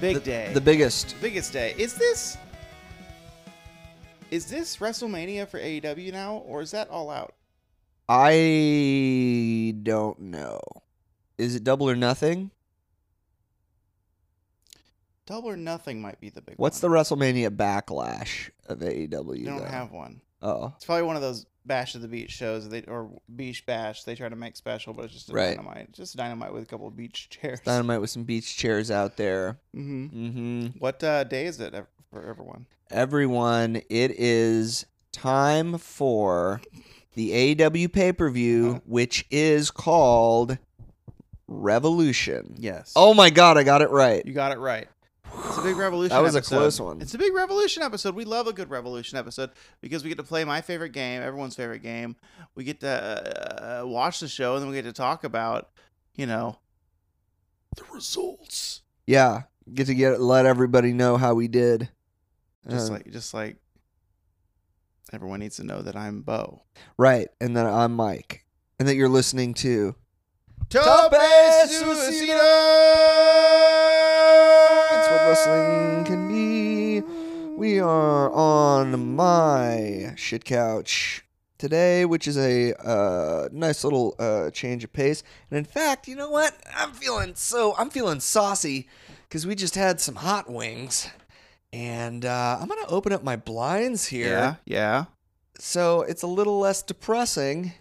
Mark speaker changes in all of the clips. Speaker 1: Big
Speaker 2: the,
Speaker 1: day.
Speaker 2: The biggest.
Speaker 1: biggest day. Is this is this WrestleMania for AEW now, or is that all out?
Speaker 2: I don't know. Is it double or nothing?
Speaker 1: Double or Nothing might be the big.
Speaker 2: What's the
Speaker 1: one.
Speaker 2: WrestleMania backlash of AEW?
Speaker 1: They don't
Speaker 2: though?
Speaker 1: have one.
Speaker 2: Oh,
Speaker 1: It's probably one of those Bash of the Beach shows they or Beach Bash they try to make special, but it's just a
Speaker 2: Right.
Speaker 1: dynamite, just dynamite with a couple of beach chairs.
Speaker 2: dynamite with some beach chairs out there.
Speaker 1: hmm
Speaker 2: Mm-hmm.
Speaker 1: What uh, day is it ev- for everyone?
Speaker 2: Everyone, it is time for the AEW pay per
Speaker 1: Uh-huh.
Speaker 2: view, which is called Revolution.
Speaker 1: Yes.
Speaker 2: Oh my god, I got it right.
Speaker 1: you got it right. It's a big revolution.
Speaker 2: That was a
Speaker 1: episode.
Speaker 2: close one.
Speaker 1: It's a big revolution episode. We love a good revolution episode because we get to play my favorite game, everyone's favorite game. We get to uh, watch the show, and then we get to talk about, you know, the results.
Speaker 2: Yeah, get to get let everybody know how we did.
Speaker 1: Just
Speaker 2: Uh,
Speaker 1: like, just like everyone needs to know that I'm Bo.
Speaker 2: right, and then I'm Mike, and that you're listening to.
Speaker 1: Tope
Speaker 2: That's what wrestling can be. We are on my shit couch today, which is a uh, nice little uh, change of pace. And in fact, you know what? I'm feeling so I'm feeling saucy because we just had some hot wings, and uh, I'm gonna open up my blinds here
Speaker 1: Yeah, yeah.
Speaker 2: so it's a little less depressing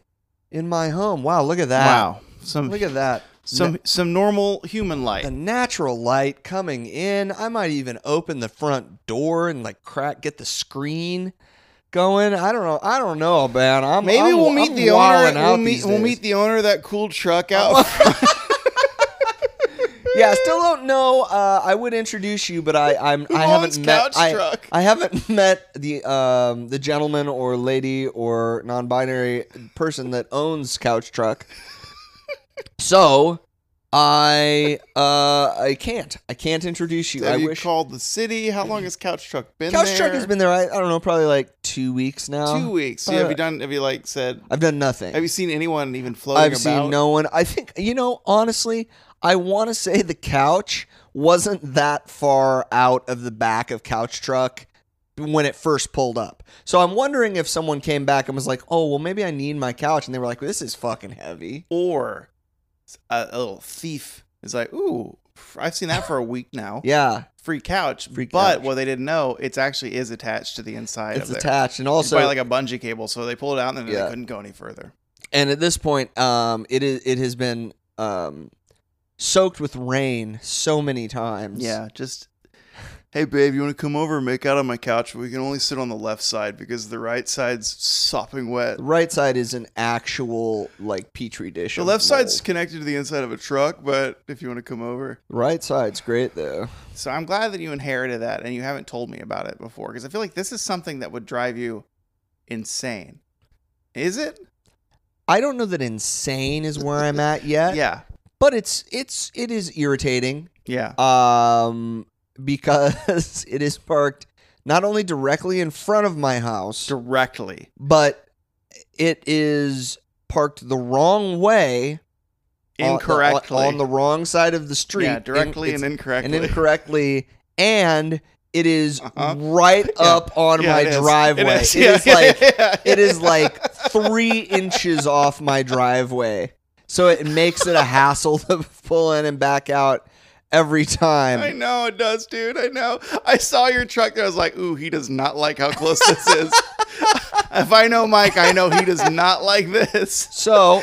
Speaker 2: in my home. Wow, look at that!
Speaker 1: wow, some
Speaker 2: look at that.
Speaker 1: some some normal human light.
Speaker 2: the natural light coming in. I might even open the front door and like crack get the screen going. I don't know. I don't know, man. I'm
Speaker 1: Maybe
Speaker 2: I'm-
Speaker 1: we'll meet
Speaker 2: I'm
Speaker 1: the
Speaker 2: wilding
Speaker 1: owner.
Speaker 2: out
Speaker 1: We'll meet,
Speaker 2: these
Speaker 1: we'll
Speaker 2: days.
Speaker 1: meet the owner of that cool truck out. front.
Speaker 2: Yeah, I still don't know. Uh, I would introduce you, but I I'm
Speaker 1: Who
Speaker 2: I
Speaker 1: owns
Speaker 2: haven't met
Speaker 1: Couch
Speaker 2: I,
Speaker 1: Truck?
Speaker 2: I haven't met the um the gentleman or lady or non-binary person that owns Couch Truck. So I uh I can't. I can't introduce you.
Speaker 1: Have
Speaker 2: I
Speaker 1: you
Speaker 2: wish
Speaker 1: called the city? How long has Couch Truck been
Speaker 2: Couch
Speaker 1: there?
Speaker 2: Truck has been there. I, I don't know, probably like two weeks now.
Speaker 1: two weeks. So
Speaker 2: Uh,
Speaker 1: have you done? Have you like said?
Speaker 2: I've done nothing.
Speaker 1: Have you seen anyone even floating
Speaker 2: I've
Speaker 1: about?
Speaker 2: seen no one. I think you know. Honestly, I want to say the couch wasn't that far out of the back of Couch Truck when it first pulled up. So I'm wondering if someone came back and was like, "Oh, well, maybe I need my couch," and they were like, "This is fucking heavy."
Speaker 1: Or a, a little thief is like, ooh, I've seen that for a week now.
Speaker 2: Yeah,
Speaker 1: Free couch.
Speaker 2: Free
Speaker 1: but
Speaker 2: couch.
Speaker 1: what they didn't know, it actually is attached to the inside
Speaker 2: it's
Speaker 1: of there.
Speaker 2: attached, and
Speaker 1: Also,
Speaker 2: also
Speaker 1: by like a bungee cable, so they pulled it out and then
Speaker 2: Yeah.
Speaker 1: they couldn't go any further.
Speaker 2: and at this point um it is it has been um soaked with rain so many times
Speaker 1: Yeah, just hey babe, you want to come over and make out on my couch? But we can only sit on the left side because the right side's sopping wet.
Speaker 2: The right side is an actual like petri dish.
Speaker 1: The
Speaker 2: of
Speaker 1: left side's
Speaker 2: mold.
Speaker 1: connected to the inside of a truck, but if you want to come over,
Speaker 2: right side's great though.
Speaker 1: so I'm glad that you inherited that and you haven't told me about it before because I feel like this is something that would drive you insane. Is it?
Speaker 2: I don't know that insane is where I'm at yet.
Speaker 1: Yeah,
Speaker 2: But it's it's it is irritating.
Speaker 1: yeah.
Speaker 2: Um because it is parked not only directly in front of my house,
Speaker 1: Directly.
Speaker 2: but it is parked the wrong way on the- on-
Speaker 1: Incorrectly.
Speaker 2: on, the wrong side of the street
Speaker 1: Yeah,
Speaker 2: in-
Speaker 1: directly
Speaker 2: it's-
Speaker 1: and incorrectly.
Speaker 2: and incorrectly, and it is
Speaker 1: Uh-huh.
Speaker 2: right
Speaker 1: Yeah.
Speaker 2: up on
Speaker 1: Yeah,
Speaker 2: my
Speaker 1: it is. It
Speaker 2: driveway. It
Speaker 1: is.
Speaker 2: is,
Speaker 1: Yeah, yeah,
Speaker 2: like
Speaker 1: yeah, yeah.
Speaker 2: it is like three inches off my driveway, so it makes it a hassle to pull in and back out every
Speaker 1: I
Speaker 2: time.
Speaker 1: know it does, dude. I know. I saw your truck there. I was like, ooh, he does not like how close this is. if I know Mike, I know he does not like this.
Speaker 2: So.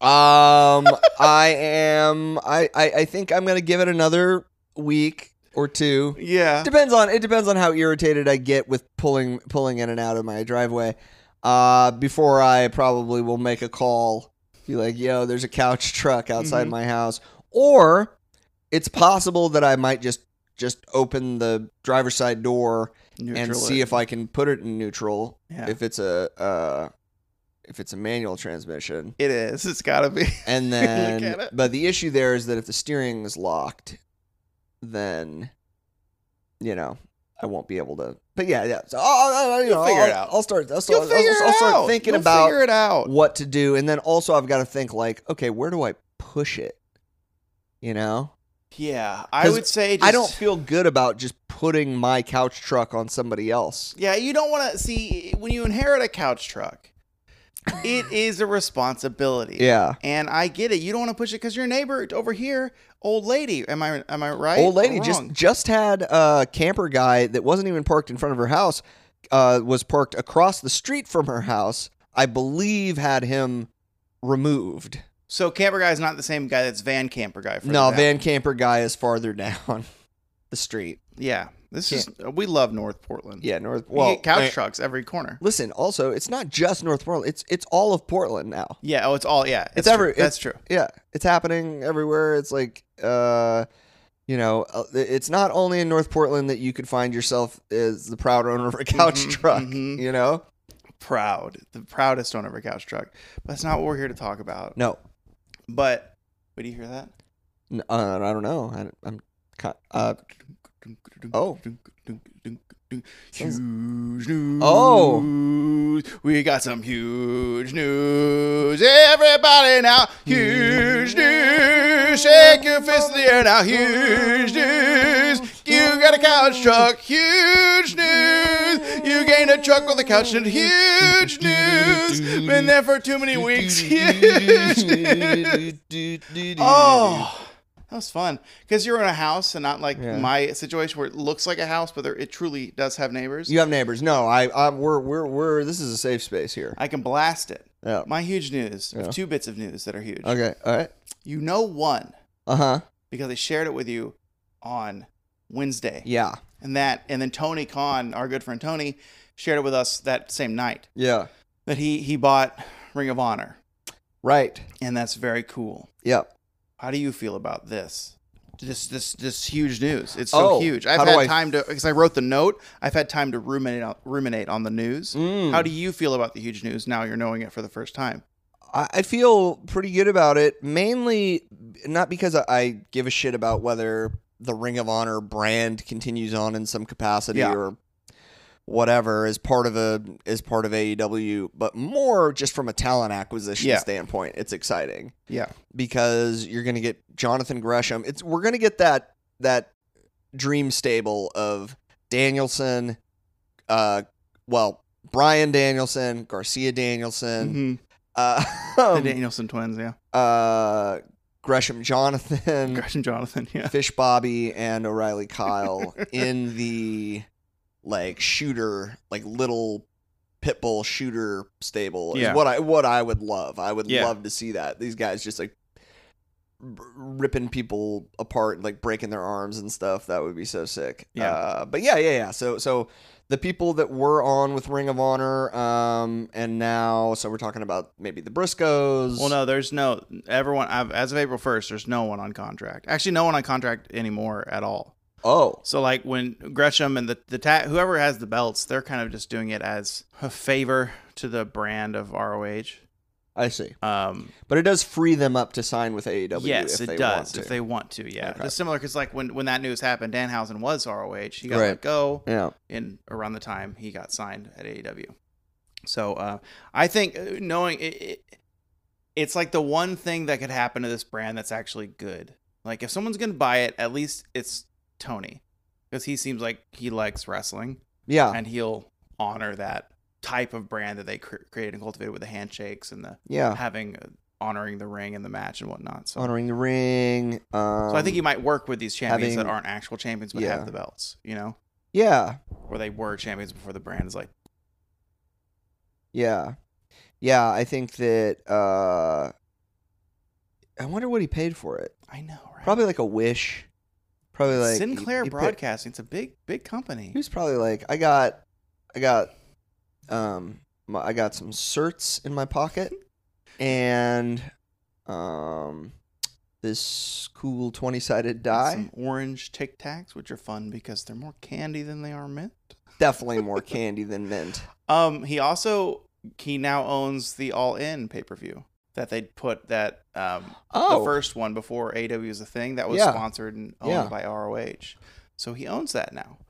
Speaker 2: Um, I am. I, I I think I'm gonna give it another week or two.
Speaker 1: Yeah.
Speaker 2: depends on it depends on how irritated I get with pulling pulling in and out of my driveway. Uh, before I probably will make a call, be like, "Yo, there's a couch truck outside
Speaker 1: Mhm.
Speaker 2: my house," or it's possible that I might just just open the driver's side door and see if I can put it in neutral
Speaker 1: Yeah.
Speaker 2: if it's a uh, if it's a manual transmission,
Speaker 1: it is. It's got to be.
Speaker 2: and
Speaker 1: at
Speaker 2: then
Speaker 1: it.
Speaker 2: but the issue there is that if the steering is locked, then you know. I won't be able to, but yeah, yeah. So I'll, I'll, I'll- you
Speaker 1: You'll
Speaker 2: know,
Speaker 1: figure
Speaker 2: I'll,
Speaker 1: it out.
Speaker 2: I'll start. I'll,
Speaker 1: You'll
Speaker 2: start-
Speaker 1: figure
Speaker 2: I'll,
Speaker 1: it
Speaker 2: I'll start
Speaker 1: out.
Speaker 2: thinking
Speaker 1: You'll
Speaker 2: about
Speaker 1: figure it out.
Speaker 2: what to do, and then also I've got to think like, okay, where do I push it? You know,
Speaker 1: Yeah, I
Speaker 2: 'Cause
Speaker 1: would say just,
Speaker 2: I don't feel good about just putting my couch truck on somebody else.
Speaker 1: Yeah, you don't want to see when you inherit a couch truck. It is a responsibility.
Speaker 2: Yeah.
Speaker 1: And I get it. You don't want to push it because your neighbor over here, old lady. Am I am I right?
Speaker 2: Old lady
Speaker 1: or
Speaker 2: just
Speaker 1: wrong?
Speaker 2: just had a camper guy that wasn't even parked in front of her house, uh, was parked across the street from her house. I believe had him removed.
Speaker 1: So camper guy is not the same guy that's van camper guy. For
Speaker 2: No,
Speaker 1: the-
Speaker 2: van camper guy is farther down the street.
Speaker 1: Yeah, this is we love North Portland.
Speaker 2: Yeah, north.
Speaker 1: we
Speaker 2: Well,
Speaker 1: get couch
Speaker 2: eh,
Speaker 1: trucks every corner.
Speaker 2: listen. Also, it's not just North Portland. It's it's all of Portland now.
Speaker 1: Yeah. Oh, it's all. Yeah,
Speaker 2: It's
Speaker 1: that's true.
Speaker 2: every-
Speaker 1: That's true.
Speaker 2: yeah it's happening everywhere it's like uh you know uh, it's not only in north portland that you could find yourself as the proud owner of a couch
Speaker 1: Mhm,
Speaker 2: truck
Speaker 1: mhm.
Speaker 2: you know
Speaker 1: Proud, the proudest owner of a couch truck. But that's not what we're here to talk about.
Speaker 2: no
Speaker 1: But wait, do you hear that?
Speaker 2: N- uh, i don't know I, i'm ki- uh Oh.
Speaker 1: Huge news.
Speaker 2: Oh.
Speaker 1: We got some huge news. Everybody now. Huge news. Shake your fist in the air now. Huge news. You got a couch truck. Huge news. You gained a truck with a couch and huge news. Been there for too many weeks. Huge news. Oh, that was fun because you're in a house and not like
Speaker 2: Yeah.
Speaker 1: my situation where it looks like a house, but there, it truly does have neighbors.
Speaker 2: you have neighbors no i i we're we're we're this is a safe space here
Speaker 1: I can blast it.
Speaker 2: yeah
Speaker 1: My huge news
Speaker 2: Yeah.
Speaker 1: of two bits of news that are huge.
Speaker 2: okay all right
Speaker 1: You know one
Speaker 2: uh-huh
Speaker 1: because I shared it with you on Wednesday,
Speaker 2: yeah
Speaker 1: and that, and then Tony Khan, our good friend Tony, shared it with us that same night
Speaker 2: yeah
Speaker 1: that he he bought Ring of Honor,
Speaker 2: right
Speaker 1: and that's very cool.
Speaker 2: yep
Speaker 1: How do you feel about this? This this this huge news. It's so
Speaker 2: Oh,
Speaker 1: huge.
Speaker 2: how
Speaker 1: I've
Speaker 2: do
Speaker 1: had
Speaker 2: I-
Speaker 1: time to because I wrote the note. I've had time to ruminate on, ruminate on the news.
Speaker 2: Mm.
Speaker 1: How do you feel about the huge news now? You're knowing it for the first time.
Speaker 2: I I feel pretty good about it, mainly not because I- I give a shit about whether the Ring of Honor brand continues on in some capacity
Speaker 1: Yeah.
Speaker 2: or whatever as part of a as part of AEW, but more just from a talent acquisition
Speaker 1: Yeah.
Speaker 2: standpoint. It's exciting
Speaker 1: Yeah.
Speaker 2: because you're going to get Jonathan Gresham. It's we're going to get that that dream stable of Danielson, uh, well. Brian Danielson, Garcia Danielson,
Speaker 1: Mhm.
Speaker 2: uh,
Speaker 1: the Danielson twins. Yeah.
Speaker 2: uh, Gresham Jonathan,
Speaker 1: Gretchen Jonathan. Yeah.
Speaker 2: Fish Bobby, and O'Reilly Kyle in the like shooter, like little pit bull shooter stable is
Speaker 1: Yeah.
Speaker 2: what I what I would love. I would
Speaker 1: Yeah.
Speaker 2: love to see that. These guys just like r- ripping people apart, like breaking their arms and stuff. That would be so sick.
Speaker 1: Yeah.
Speaker 2: Uh, but yeah, yeah, yeah. So so the people that were on with Ring of Honor, um, and now so we're talking about maybe the Briscoes.
Speaker 1: Well, no, there's no everyone. I've, as of April 1st, there's no one on contract. Actually, no one on contract anymore at all.
Speaker 2: Oh.
Speaker 1: So like when Gresham and the the ta- whoever has the belts, they're kind of just doing it as a favor to the brand of ROH.
Speaker 2: I see.
Speaker 1: Um,
Speaker 2: But it does free them up to sign with AEW.
Speaker 1: yes,
Speaker 2: if
Speaker 1: it
Speaker 2: they
Speaker 1: does
Speaker 2: Want to.
Speaker 1: if they want to. Yeah,
Speaker 2: Okay.
Speaker 1: it's similar because like when when that news happened, Danhausen was ROH. He got
Speaker 2: Right.
Speaker 1: let go
Speaker 2: yeah.
Speaker 1: in around the time he got signed at AEW. So uh, I think uh, knowing it, it, it's like the one thing that could happen to this brand that's actually good. Like if someone's gonna buy it, at least it's Tony because he seems like he likes wrestling
Speaker 2: Yeah.
Speaker 1: and he'll honor that type of brand that they cr- created and cultivated with the handshakes and the
Speaker 2: Yeah.
Speaker 1: having uh, honoring the ring and the match and whatnot. So,
Speaker 2: Honoring the ring. Um,
Speaker 1: so I think he might work with these champions that
Speaker 2: having-
Speaker 1: aren't actual champions but
Speaker 2: Yeah.
Speaker 1: have the belts, you know,
Speaker 2: Yeah.
Speaker 1: or they were champions before the brand is like,
Speaker 2: Yeah. Yeah. I think that. Uh, I wonder what he paid for it.
Speaker 1: I know, right?
Speaker 2: Probably like a wish. Probably like he-
Speaker 1: Sinclair
Speaker 2: he pa-
Speaker 1: Broadcasting. It's a big, big company.
Speaker 2: he was probably like, I got, I got, um, my, I got some certs in my pocket, and, um, this cool twenty-sided die.
Speaker 1: Some orange Tic Tacs, which are fun because they're more candy than they are mint.
Speaker 2: Definitely more candy than mint.
Speaker 1: Um, he also he now owns the All In pay per view that they put that um
Speaker 2: Oh,
Speaker 1: the first one before AW was a thing that was
Speaker 2: Yeah.
Speaker 1: sponsored and owned
Speaker 2: Yeah.
Speaker 1: by ROH. So he owns that now. So,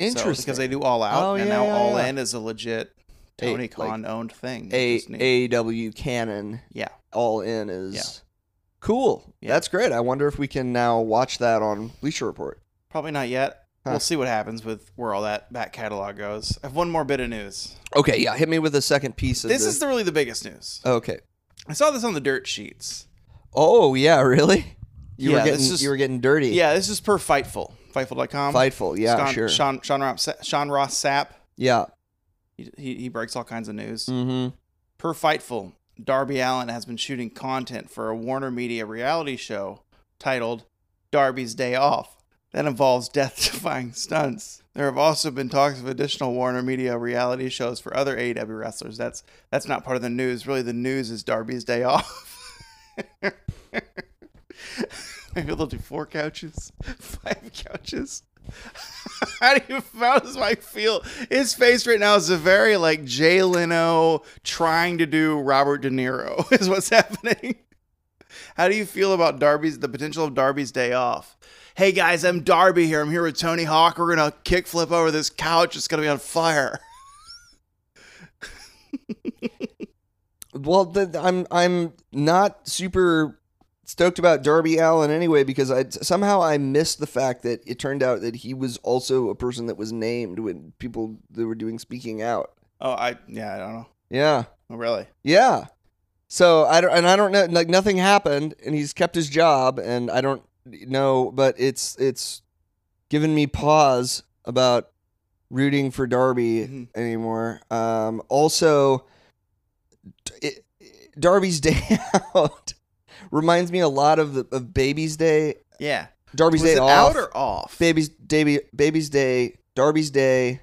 Speaker 2: interesting.
Speaker 1: because they do All Out,
Speaker 2: Oh,
Speaker 1: and
Speaker 2: yeah,
Speaker 1: now
Speaker 2: yeah,
Speaker 1: All
Speaker 2: yeah.
Speaker 1: In is a legit
Speaker 2: A-
Speaker 1: Tony
Speaker 2: like,
Speaker 1: Khan owned thing. which
Speaker 2: a
Speaker 1: is neat.
Speaker 2: AEW canon
Speaker 1: yeah,
Speaker 2: all in is Cool.
Speaker 1: Yeah.
Speaker 2: That's great. I wonder if we can now watch that on Bleacher Report.
Speaker 1: Probably not yet.
Speaker 2: Huh.
Speaker 1: We'll see what happens with where all that back catalog goes. I have one more bit of news.
Speaker 2: Okay, yeah. Hit me with a second piece of
Speaker 1: This is the, really the biggest news.
Speaker 2: Okay.
Speaker 1: I saw this on the dirt sheets.
Speaker 2: Oh yeah, really? You
Speaker 1: Yeah,
Speaker 2: were
Speaker 1: this
Speaker 2: getting
Speaker 1: is-
Speaker 2: you were getting dirty.
Speaker 1: Yeah, this is per Fightful. Fightful.com.
Speaker 2: Fightful. Yeah,
Speaker 1: Sean,
Speaker 2: sure.
Speaker 1: Sean, Sean, Ross, Sean Ross Sapp.
Speaker 2: Yeah.
Speaker 1: He, he, he breaks all kinds of news.
Speaker 2: Mm-hmm.
Speaker 1: Per Fightful, Darby Allen has been shooting content for a Warner Media reality show titled Darby's Day Off that involves death defying stunts. There have also been talks of additional Warner Media reality shows for other AEW wrestlers. That's that's not part of the news. Really, the news is Darby's Day Off. Maybe they'll do four couches, five couches. How do you how does Mike feel? His face right now is a very like Jay Leno trying to do Robert De Niro is what's happening. How do you feel about Darby's the potential of Darby's day off? Hey guys, I'm Darby here. I'm here with Tony Hawk. We're gonna kickflip over this couch. It's gonna be on fire.
Speaker 2: Well, the, I'm I'm not super stoked about Darby Allen anyway because I somehow I missed the fact that it turned out that he was also a person that was named when people that were doing speaking out.
Speaker 1: Oh, I yeah, I don't know.
Speaker 2: Yeah.
Speaker 1: Oh, really?
Speaker 2: Yeah. So I don't, and I don't know, like nothing happened, and he's kept his job, and I don't know, but it's it's given me pause about rooting for Darby
Speaker 1: Mhm.
Speaker 2: anymore. Um, also, d- it, Darby's Day Out reminds me a lot of the, of Baby's Day,
Speaker 1: Yeah.
Speaker 2: Darby's
Speaker 1: Was
Speaker 2: Day
Speaker 1: it
Speaker 2: Off,
Speaker 1: out or off?
Speaker 2: Baby's Day, Baby's Day, Darby's Day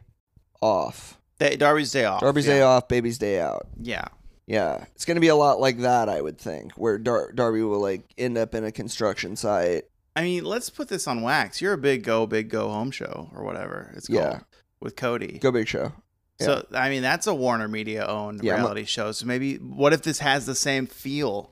Speaker 2: Off,
Speaker 1: Day- Darby's day off.
Speaker 2: Darby's
Speaker 1: yeah.
Speaker 2: Day Off, Baby's Day Out.
Speaker 1: Yeah.
Speaker 2: Yeah, it's gonna be a lot like that, I would think, where Dar- Darby will like end up in a construction site.
Speaker 1: I mean, let's put this on wax. You're a big go, big go home show or whatever it's called
Speaker 2: Yeah.
Speaker 1: with Cody.
Speaker 2: Go Big Show.
Speaker 1: So I mean, that's a Warner Media owned
Speaker 2: Yeah, I'm a-
Speaker 1: reality show. So maybe what if this has the same feel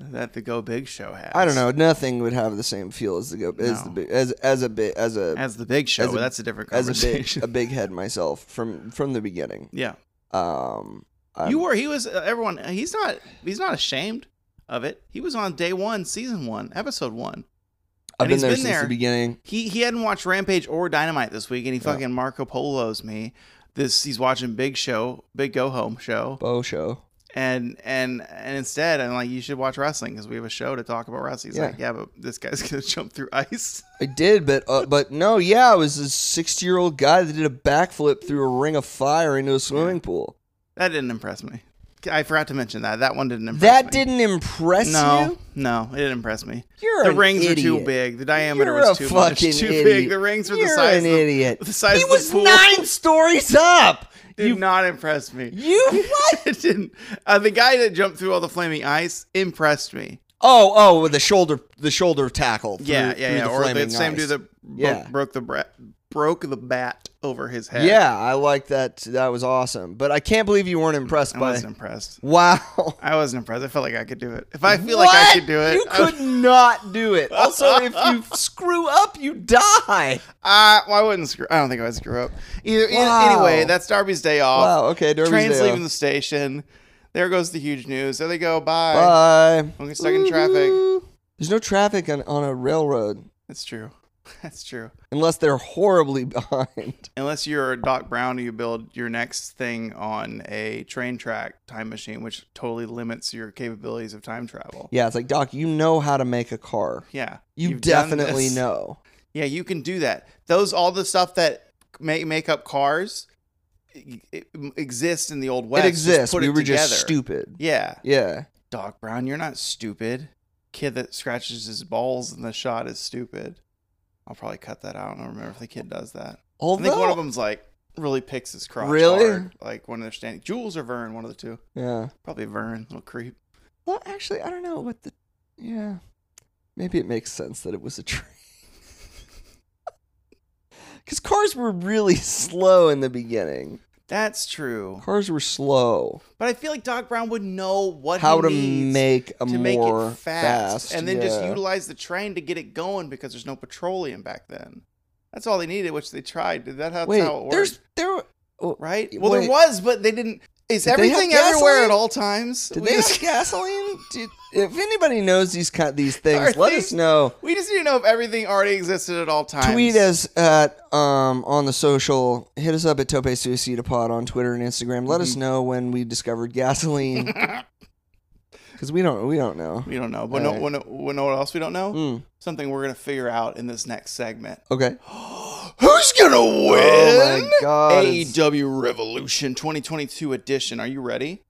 Speaker 1: that the Go Big Show has?
Speaker 2: I don't know. Nothing would have the same feel as the go as the
Speaker 1: No.
Speaker 2: big as as a big as a
Speaker 1: As the Big Show,
Speaker 2: As a-
Speaker 1: but that's a different
Speaker 2: as, a
Speaker 1: conversation.
Speaker 2: big a big head myself from from the beginning.
Speaker 1: yeah,
Speaker 2: Um, I'm-
Speaker 1: you were. He was. Uh, everyone. He's not. He's not ashamed of it. He was on day one, season one, episode one.
Speaker 2: I've
Speaker 1: and
Speaker 2: been
Speaker 1: he's
Speaker 2: there
Speaker 1: been
Speaker 2: since
Speaker 1: there.
Speaker 2: the beginning.
Speaker 1: He he hadn't watched Rampage or Dynamite this week, and he
Speaker 2: Yeah.
Speaker 1: fucking Marco Polo's me. This he's watching Big Show, Big Go Home Show.
Speaker 2: Bo Show.
Speaker 1: and and and instead i'm like you should watch wrestling because we have a show to talk about wrestling he's
Speaker 2: Yeah.
Speaker 1: like yeah but this guy's gonna jump through ice
Speaker 2: I did, but uh, but no, yeah, I was a sixty year old guy that did a backflip through a ring of fire into a swimming pool.
Speaker 1: that didn't impress me i forgot to mention that that one didn't impress
Speaker 2: That
Speaker 1: me.
Speaker 2: didn't impress
Speaker 1: no
Speaker 2: you.
Speaker 1: no it didn't impress me
Speaker 2: You're
Speaker 1: the
Speaker 2: an
Speaker 1: rings were too
Speaker 2: idiot.
Speaker 1: big the diameter
Speaker 2: You're
Speaker 1: was
Speaker 2: a
Speaker 1: too much too
Speaker 2: fucking
Speaker 1: big
Speaker 2: idiot.
Speaker 1: the rings were
Speaker 2: You're
Speaker 1: the size
Speaker 2: an
Speaker 1: of the,
Speaker 2: idiot.
Speaker 1: the size
Speaker 2: he
Speaker 1: of the
Speaker 2: was
Speaker 1: pool.
Speaker 2: nine stories up.
Speaker 1: did
Speaker 2: You,
Speaker 1: not impress me
Speaker 2: you what?
Speaker 1: it didn't uh, the guy that jumped through all the flaming ice impressed me
Speaker 2: Oh, oh, with the shoulder, the shoulder tackle. Through,
Speaker 1: yeah yeah,
Speaker 2: through
Speaker 1: yeah.
Speaker 2: The
Speaker 1: or the
Speaker 2: flaming
Speaker 1: same
Speaker 2: ice.
Speaker 1: dude that broke,
Speaker 2: Yeah.
Speaker 1: broke the bra- broke the bat over his head
Speaker 2: Yeah, I like that. That was awesome. But I can't believe you weren't impressed
Speaker 1: I
Speaker 2: by.
Speaker 1: wasn't impressed.
Speaker 2: Wow.
Speaker 1: I wasn't impressed. I felt like I could do it. If I feel like I
Speaker 2: What?
Speaker 1: could do it,
Speaker 2: You
Speaker 1: I-
Speaker 2: could not do it. Also, if you screw up, you die.
Speaker 1: I, well, I wouldn't screw. I don't think I would screw up. Either, e-
Speaker 2: Wow.
Speaker 1: Anyway, that's Darby's day off.
Speaker 2: Wow. Okay. Derby's
Speaker 1: Oh. Train's
Speaker 2: day
Speaker 1: leaving
Speaker 2: off.
Speaker 1: the station. There goes the huge news. There they go. Bye.
Speaker 2: Bye.
Speaker 1: Don't get stuck in traffic.
Speaker 2: Ooh. There's no traffic on, on a railroad
Speaker 1: That's true. That's true.
Speaker 2: unless they're horribly behind.
Speaker 1: Unless you're Doc Brown, you build your next thing on a train track time machine, which totally limits your capabilities of time travel.
Speaker 2: Yeah, it's like Doc. You know how to make a car.
Speaker 1: Yeah.
Speaker 2: You
Speaker 1: You've done
Speaker 2: definitely
Speaker 1: this.
Speaker 2: know.
Speaker 1: Yeah, you can do that. Those all the stuff that make make up cars e- e- exists in the old west.
Speaker 2: it
Speaker 1: Just
Speaker 2: exists.
Speaker 1: put
Speaker 2: we
Speaker 1: it
Speaker 2: were just
Speaker 1: together.
Speaker 2: stupid.
Speaker 1: Yeah,
Speaker 2: Yeah.
Speaker 1: Doc Brown, you're not stupid. Kid that scratches his balls in the shot is stupid. I'll probably cut that out. I don't remember if the kid does that. I
Speaker 2: Although,
Speaker 1: think one of them's like really picks his crotch
Speaker 2: Really?
Speaker 1: hard. Like one of their standing Jules or Vern, one of the two.
Speaker 2: yeah.
Speaker 1: Probably Vern, little creep.
Speaker 2: Well, actually, I don't know what the. Yeah. Maybe it makes sense that it was a train. Because cars were really slow in the beginning.
Speaker 1: That's true.
Speaker 2: Cars were slow.
Speaker 1: But I feel like Doc Brown would know what
Speaker 2: How
Speaker 1: he
Speaker 2: to
Speaker 1: needs.
Speaker 2: make a
Speaker 1: to
Speaker 2: more
Speaker 1: make it fast, and then just
Speaker 2: yeah.
Speaker 1: utilize the train to get it going because there's no petroleum back then. That's all they needed, which they tried. That- That's
Speaker 2: Wait,
Speaker 1: how it worked,
Speaker 2: there's there. were- oh,
Speaker 1: right? Well, there
Speaker 2: wait.
Speaker 1: was, but they didn't. Is
Speaker 2: Did they have
Speaker 1: everything everywhere
Speaker 2: gasoline?
Speaker 1: at all times?
Speaker 2: Did
Speaker 1: we,
Speaker 2: they have
Speaker 1: just,
Speaker 2: gasoline? Did, if anybody knows these kind these things,
Speaker 1: Are
Speaker 2: let
Speaker 1: they-
Speaker 2: us know.
Speaker 1: we just need to know if everything already existed at all times.
Speaker 2: Tweet us at um on the social. Hit us up at Tope Suicida Pod on Twitter and Instagram. Let us
Speaker 1: Mhm.
Speaker 2: know when we discovered gasoline because we don't we don't know.
Speaker 1: We don't know, but no,
Speaker 2: Alright.
Speaker 1: we know- we know what else we don't know?
Speaker 2: Mm,
Speaker 1: Something we're gonna figure out in this next segment.
Speaker 2: okay.
Speaker 1: Who's gonna win?
Speaker 2: Oh my god! it's
Speaker 1: AEW E Revolution 2022 edition. Are you ready?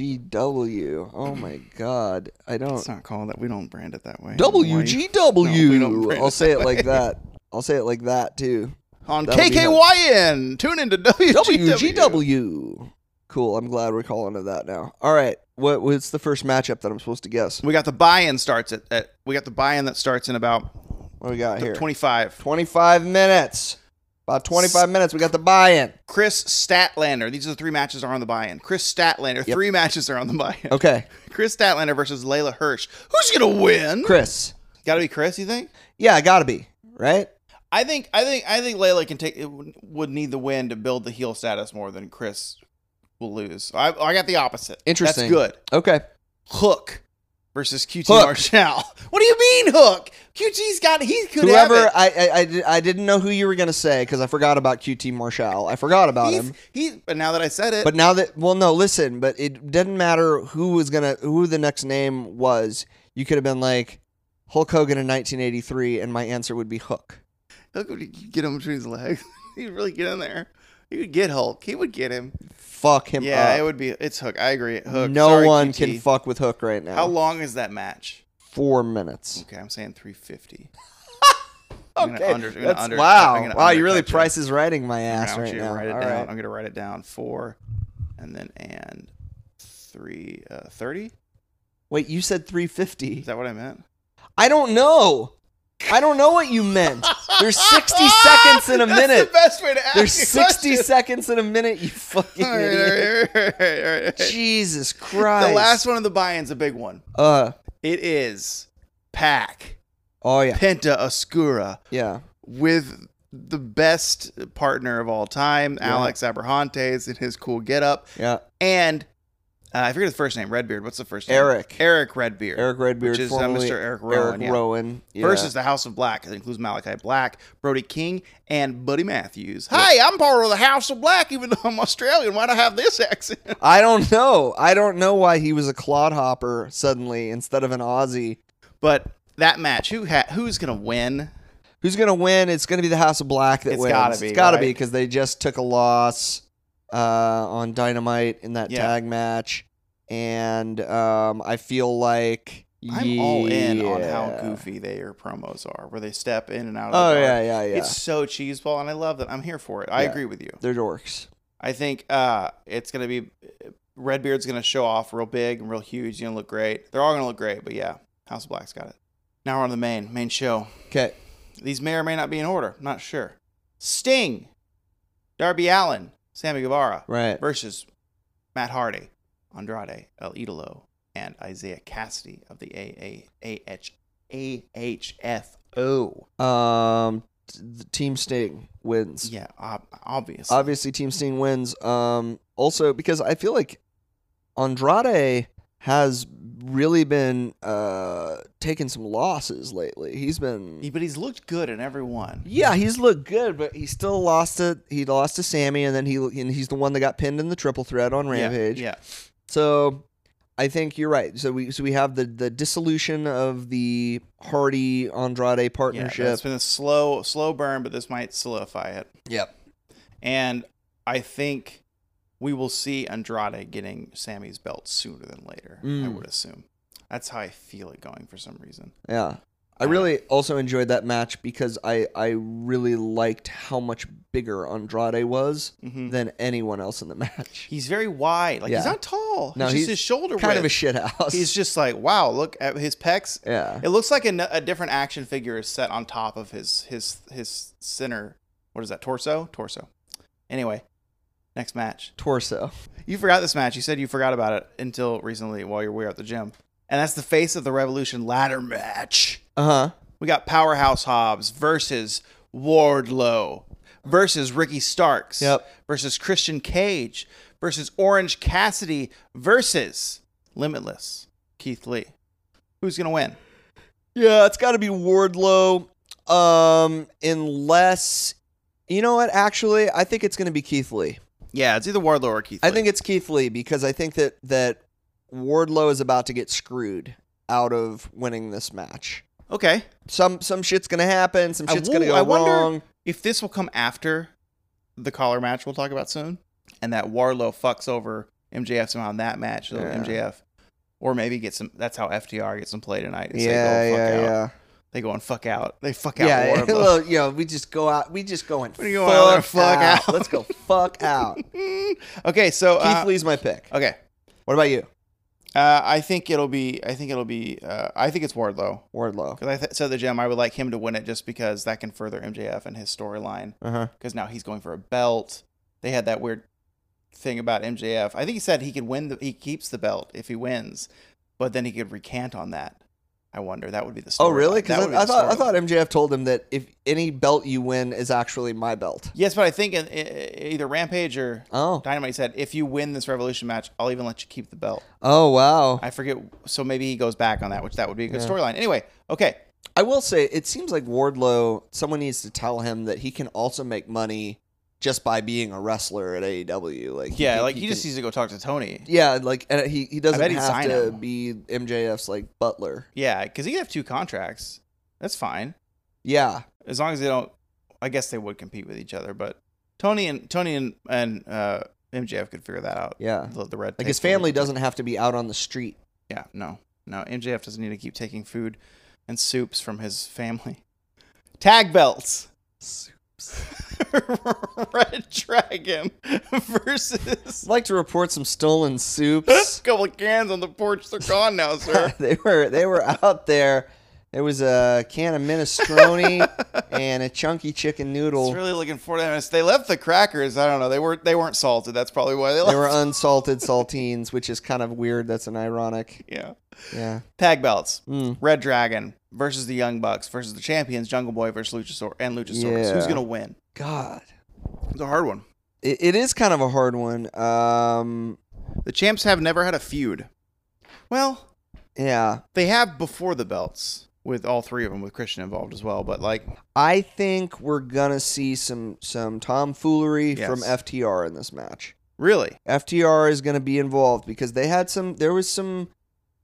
Speaker 2: WGW. Oh my god! I don't.
Speaker 1: It's not called that. We don't brand it that way. No, we don't
Speaker 2: WGW.
Speaker 1: brand
Speaker 2: I'll
Speaker 1: it
Speaker 2: say it
Speaker 1: that way.
Speaker 2: like that. I'll say it like that too.
Speaker 1: On
Speaker 2: That'll be
Speaker 1: KKYN. Tune into WGW.
Speaker 2: WGW. Cool. I'm glad we're calling it that now. All right. What what's the first matchup that I'm supposed to guess?
Speaker 1: We got the buy-in starts at, at we got the buy-in that starts in about
Speaker 2: What we got here?
Speaker 1: 25.
Speaker 2: 25 minutes. About 25 minutes. We got the buy-in.
Speaker 1: Chris Statlander. These are the three matches that are on the buy-in. Chris Statlander. Three matches are on the buy-in.
Speaker 2: Okay,
Speaker 1: Chris Statlander versus Layla Hirsch. Who's gonna win?
Speaker 2: Chris.
Speaker 1: Gotta be Chris. You think?
Speaker 2: Yeah, gotta be right.
Speaker 1: I think I think I think Layla can take it would would need the win to build the heel status more than Chris will lose. I, I got the opposite.
Speaker 2: Interesting.
Speaker 1: That's good.
Speaker 2: Okay.
Speaker 1: Hook versus QT
Speaker 2: Hook.
Speaker 1: Marshall. What do you mean Hook? QT's got he could have
Speaker 2: Whoever
Speaker 1: it.
Speaker 2: I, I I di- I didn't know who you were gonna say because I forgot about QT Marshall. I forgot about
Speaker 1: He's,
Speaker 2: him.
Speaker 1: he's but now that I said it,
Speaker 2: But now that well no listen, but it didn't matter who was gonna who the next name was. You could have been like Hulk Hogan in 1983, and my answer would be Hook.
Speaker 1: Hulk would get him between his legs. He'd really get in there. He would get Hulk. He would get him.
Speaker 2: Fuck him
Speaker 1: yeah,
Speaker 2: up.
Speaker 1: it would be. It's Hook. I agree. Hook.
Speaker 2: No
Speaker 1: Sorry,
Speaker 2: one
Speaker 1: QT.
Speaker 2: can fuck with Hook right now.
Speaker 1: How long is that match?
Speaker 2: Four minutes.
Speaker 1: Okay, I'm saying 350. I'm gonna
Speaker 2: Okay.
Speaker 1: under- I'm gonna
Speaker 2: that's-
Speaker 1: under- I'm
Speaker 2: wow.
Speaker 1: gonna
Speaker 2: Wow, you really
Speaker 1: undercut you.
Speaker 2: price is writing my ass
Speaker 1: I'm
Speaker 2: right
Speaker 1: actually
Speaker 2: now.
Speaker 1: gonna write it
Speaker 2: All
Speaker 1: down.
Speaker 2: right.
Speaker 1: I'm gonna write it down four, and then and three uh, thirty.
Speaker 2: Wait, you said 350.
Speaker 1: Is that what I meant?
Speaker 2: I don't know. I don't know what you meant. There's 60 seconds in a
Speaker 1: That's
Speaker 2: minute.
Speaker 1: The best way to ask
Speaker 2: There's
Speaker 1: a
Speaker 2: 60
Speaker 1: question.
Speaker 2: seconds in a minute, you fucking
Speaker 1: All right, all
Speaker 2: idiot.
Speaker 1: right, all right, all right, all right.
Speaker 2: Jesus Christ.
Speaker 1: The last one of the buy-ins, a big one.
Speaker 2: Uh,
Speaker 1: It is Pack
Speaker 2: oh, yeah.
Speaker 1: Penta Oscura
Speaker 2: Yeah.
Speaker 1: with the best partner of all time,
Speaker 2: Yeah.
Speaker 1: Alex Abrahantes, in his cool getup,
Speaker 2: Yeah.
Speaker 1: and uh, I forget his first name, Redbeard. What's the first name?
Speaker 2: Eric.
Speaker 1: Eric Redbeard.
Speaker 2: Eric Redbeard,
Speaker 1: which is uh,
Speaker 2: formerly
Speaker 1: Mr. Eric Rowan.
Speaker 2: Eric
Speaker 1: yeah.
Speaker 2: Rowan. Yeah.
Speaker 1: versus the House of Black. It includes Malachi Black, Brody King, and Buddy Matthews. Hey, I'm part of the House of Black, even though I'm Australian. Why do I have this accent?
Speaker 2: I don't know. I don't know why he was a clodhopper suddenly instead of an Aussie.
Speaker 1: But that match, who ha- who's gonna win?
Speaker 2: Who's gonna win? It's gonna be the House of Black that
Speaker 1: It's
Speaker 2: wins.
Speaker 1: gotta be,
Speaker 2: it's gotta be
Speaker 1: right?
Speaker 2: because they just took a loss uh, on Dynamite in that
Speaker 1: Yeah.
Speaker 2: tag match, and um, I feel like
Speaker 1: I'm all in on
Speaker 2: yeah.
Speaker 1: how goofy their promos are, where they step in and out. of
Speaker 2: Oh
Speaker 1: the
Speaker 2: yeah,
Speaker 1: dark.
Speaker 2: yeah, yeah.
Speaker 1: It's so cheeseball, and I love that. I'm here for it. I
Speaker 2: Yeah.
Speaker 1: agree with you.
Speaker 2: They're dorks.
Speaker 1: I think uh, it's gonna be Redbeard's gonna show off real big and real huge. You're gonna look great. They're all gonna look great, but yeah, House of Black's got it. Now we're on the main main show.
Speaker 2: Okay,
Speaker 1: These may or may not be in order. I'm not sure. Sting, Darby Allen, Sammy Guevara
Speaker 2: right.
Speaker 1: versus Matt Hardy, Andrade, El Idolo, and Isaiah Cassidy of the AHFO.
Speaker 2: Um, t- the Team Sting wins.
Speaker 1: Yeah, ob- obviously.
Speaker 2: Obviously, Team Sting wins. Um, also because I feel like Andrade has really been uh taking some losses lately. He's been
Speaker 1: Yeah, but he's looked good in every one.
Speaker 2: Yeah, he's looked good, but he still lost to he lost to Sammy, and then he and he's the one that got pinned in the triple threat on Rampage.
Speaker 1: Yeah.
Speaker 2: So I think you're right. So we so we have the the dissolution of the Hardy Andrade
Speaker 1: yeah,
Speaker 2: partnership.
Speaker 1: yeah it's been a slow, slow burn, but this might solidify it.
Speaker 2: Yep.
Speaker 1: And I think we will see Andrade getting Sammy's belt sooner than later, I
Speaker 2: Mm.
Speaker 1: would assume. That's how I feel it going for some reason.
Speaker 2: Yeah. I
Speaker 1: Uh,
Speaker 2: really also enjoyed that match because I I really liked how much bigger Andrade was
Speaker 1: hmm
Speaker 2: than anyone else in the match.
Speaker 1: He's very wide. Like, he's
Speaker 2: Yeah.
Speaker 1: not tall.
Speaker 2: No,
Speaker 1: No, he's
Speaker 2: he's
Speaker 1: just his shoulder
Speaker 2: Kind of a
Speaker 1: width.
Speaker 2: shit house.
Speaker 1: he's just like, wow, look at his pecs.
Speaker 2: yeah.
Speaker 1: It looks like a, n- a different action figure is set on top of his his his center. What is that? Torso? Torso. Anyway, next match.
Speaker 2: Torso.
Speaker 1: You forgot this match. You said you forgot about it until recently while you were at the gym. And that's the face of the Revolution ladder match.
Speaker 2: Uh huh.
Speaker 1: We got Powerhouse Hobbs versus Wardlow versus Ricky Starks
Speaker 2: Yep.
Speaker 1: versus Christian Cage versus Orange Cassidy versus Limitless Keith Lee. Who's gonna win?
Speaker 2: Yeah, it's got to be Wardlow. Um, unless you know what? Actually, I think it's going to be Keith Lee.
Speaker 1: Yeah, it's either Wardlow or Keith.
Speaker 2: I
Speaker 1: Lee.
Speaker 2: think it's Keith Lee because I think that that Wardlow is about to get screwed out of winning this match.
Speaker 1: okay.
Speaker 2: Some some shit's going to happen. Some
Speaker 1: I
Speaker 2: shit's going to
Speaker 1: wo-
Speaker 2: go
Speaker 1: I wonder-
Speaker 2: wrong.
Speaker 1: If this will come after the collar match we'll talk about soon, and that Warlow fucks over MJF somehow in that match, so
Speaker 2: Yeah.
Speaker 1: MJF, or maybe get some. That's how FTR gets some play tonight. is
Speaker 2: Yeah,
Speaker 1: they go oh, fuck
Speaker 2: yeah,
Speaker 1: out.
Speaker 2: yeah.
Speaker 1: They go and fuck out. They fuck out
Speaker 2: Yeah,
Speaker 1: Warlow.
Speaker 2: well, you know, we just go out. We just go and
Speaker 1: We go out there and fuck out.
Speaker 2: Let's go fuck out. Keith
Speaker 1: okay, so uh,
Speaker 2: Lee's my pick.
Speaker 1: okay,
Speaker 2: What about you,
Speaker 1: uh, I think it'll be. I think it'll be. Uh, I think it's Wardlow
Speaker 2: Wardlow?
Speaker 1: because I th- said the gem. I would like him to win it just because that can further MJF and his storyline.
Speaker 2: Uh huh.
Speaker 1: Because now he's going for a belt. They had that weird thing about MJF. I think he said he could win. The, he keeps the belt if he wins, but then he could recant on that. I wonder. That would be the story.
Speaker 2: Oh, really? Because I, I thought I thought MJF told him that if any belt you win is actually my belt.
Speaker 1: Yes, but I think in, in, either Rampage or
Speaker 2: Oh.
Speaker 1: Dynamite said, if you win this Revolution match, I'll even let you keep the belt.
Speaker 2: Oh wow.
Speaker 1: I forget. So maybe he goes back on that, which that would be a good
Speaker 2: Yeah.
Speaker 1: storyline. Anyway, okay.
Speaker 2: I will say it seems like Wardlow. Someone needs to tell him that he can also make money just by being a wrestler at AEW. Like he
Speaker 1: Yeah,
Speaker 2: can-
Speaker 1: like
Speaker 2: he
Speaker 1: he just
Speaker 2: can-
Speaker 1: needs to go talk to Tony.
Speaker 2: yeah, like and he he doesn't
Speaker 1: bet he'd
Speaker 2: have
Speaker 1: sign
Speaker 2: to
Speaker 1: him.
Speaker 2: be MJF's like butler.
Speaker 1: Yeah, because he could have two contracts. That's fine
Speaker 2: Yeah,
Speaker 1: as long as they don't. I guess they would compete with each other, but Tony and Tony and and uh, MJF could figure that out.
Speaker 2: yeah.
Speaker 1: The, the red
Speaker 2: Like
Speaker 1: tape
Speaker 2: his
Speaker 1: that we
Speaker 2: family
Speaker 1: could do.
Speaker 2: doesn't have to be out on the street.
Speaker 1: Yeah, no, no. MJF doesn't need to keep taking food and soups from his family. Tag belts. Red Dragon versus
Speaker 2: I'd like to report some stolen
Speaker 1: a
Speaker 2: soups.
Speaker 1: couple of cans on the porch. They're gone now, sir.
Speaker 2: they were they were out there. There was a can of minestrone and a chunky chicken noodle.
Speaker 1: It's really looking forward to this. They left the crackers. I don't know. They weren't. They weren't salted. That's probably why they left.
Speaker 2: they were unsalted saltines, which is kind of weird. That's an ironic.
Speaker 1: yeah.
Speaker 2: Yeah.
Speaker 1: Tag belts.
Speaker 2: Mm.
Speaker 1: Red Dragon versus the Young Bucks versus the champions Jungle Boy versus Luchasaur and Luchasaurus.
Speaker 2: Yeah.
Speaker 1: Who's gonna win?
Speaker 2: God.
Speaker 1: It's a hard one.
Speaker 2: It, it is kind of a hard one. Um,
Speaker 1: The champs have never had a feud. Well,
Speaker 2: yeah.
Speaker 1: they have before the belts with all three of them with Christian involved as well. But like,
Speaker 2: I think we're gonna see some some tomfoolery
Speaker 1: Yes.
Speaker 2: from FTR in this match.
Speaker 1: really,
Speaker 2: FTR is gonna be involved because they had some. There was some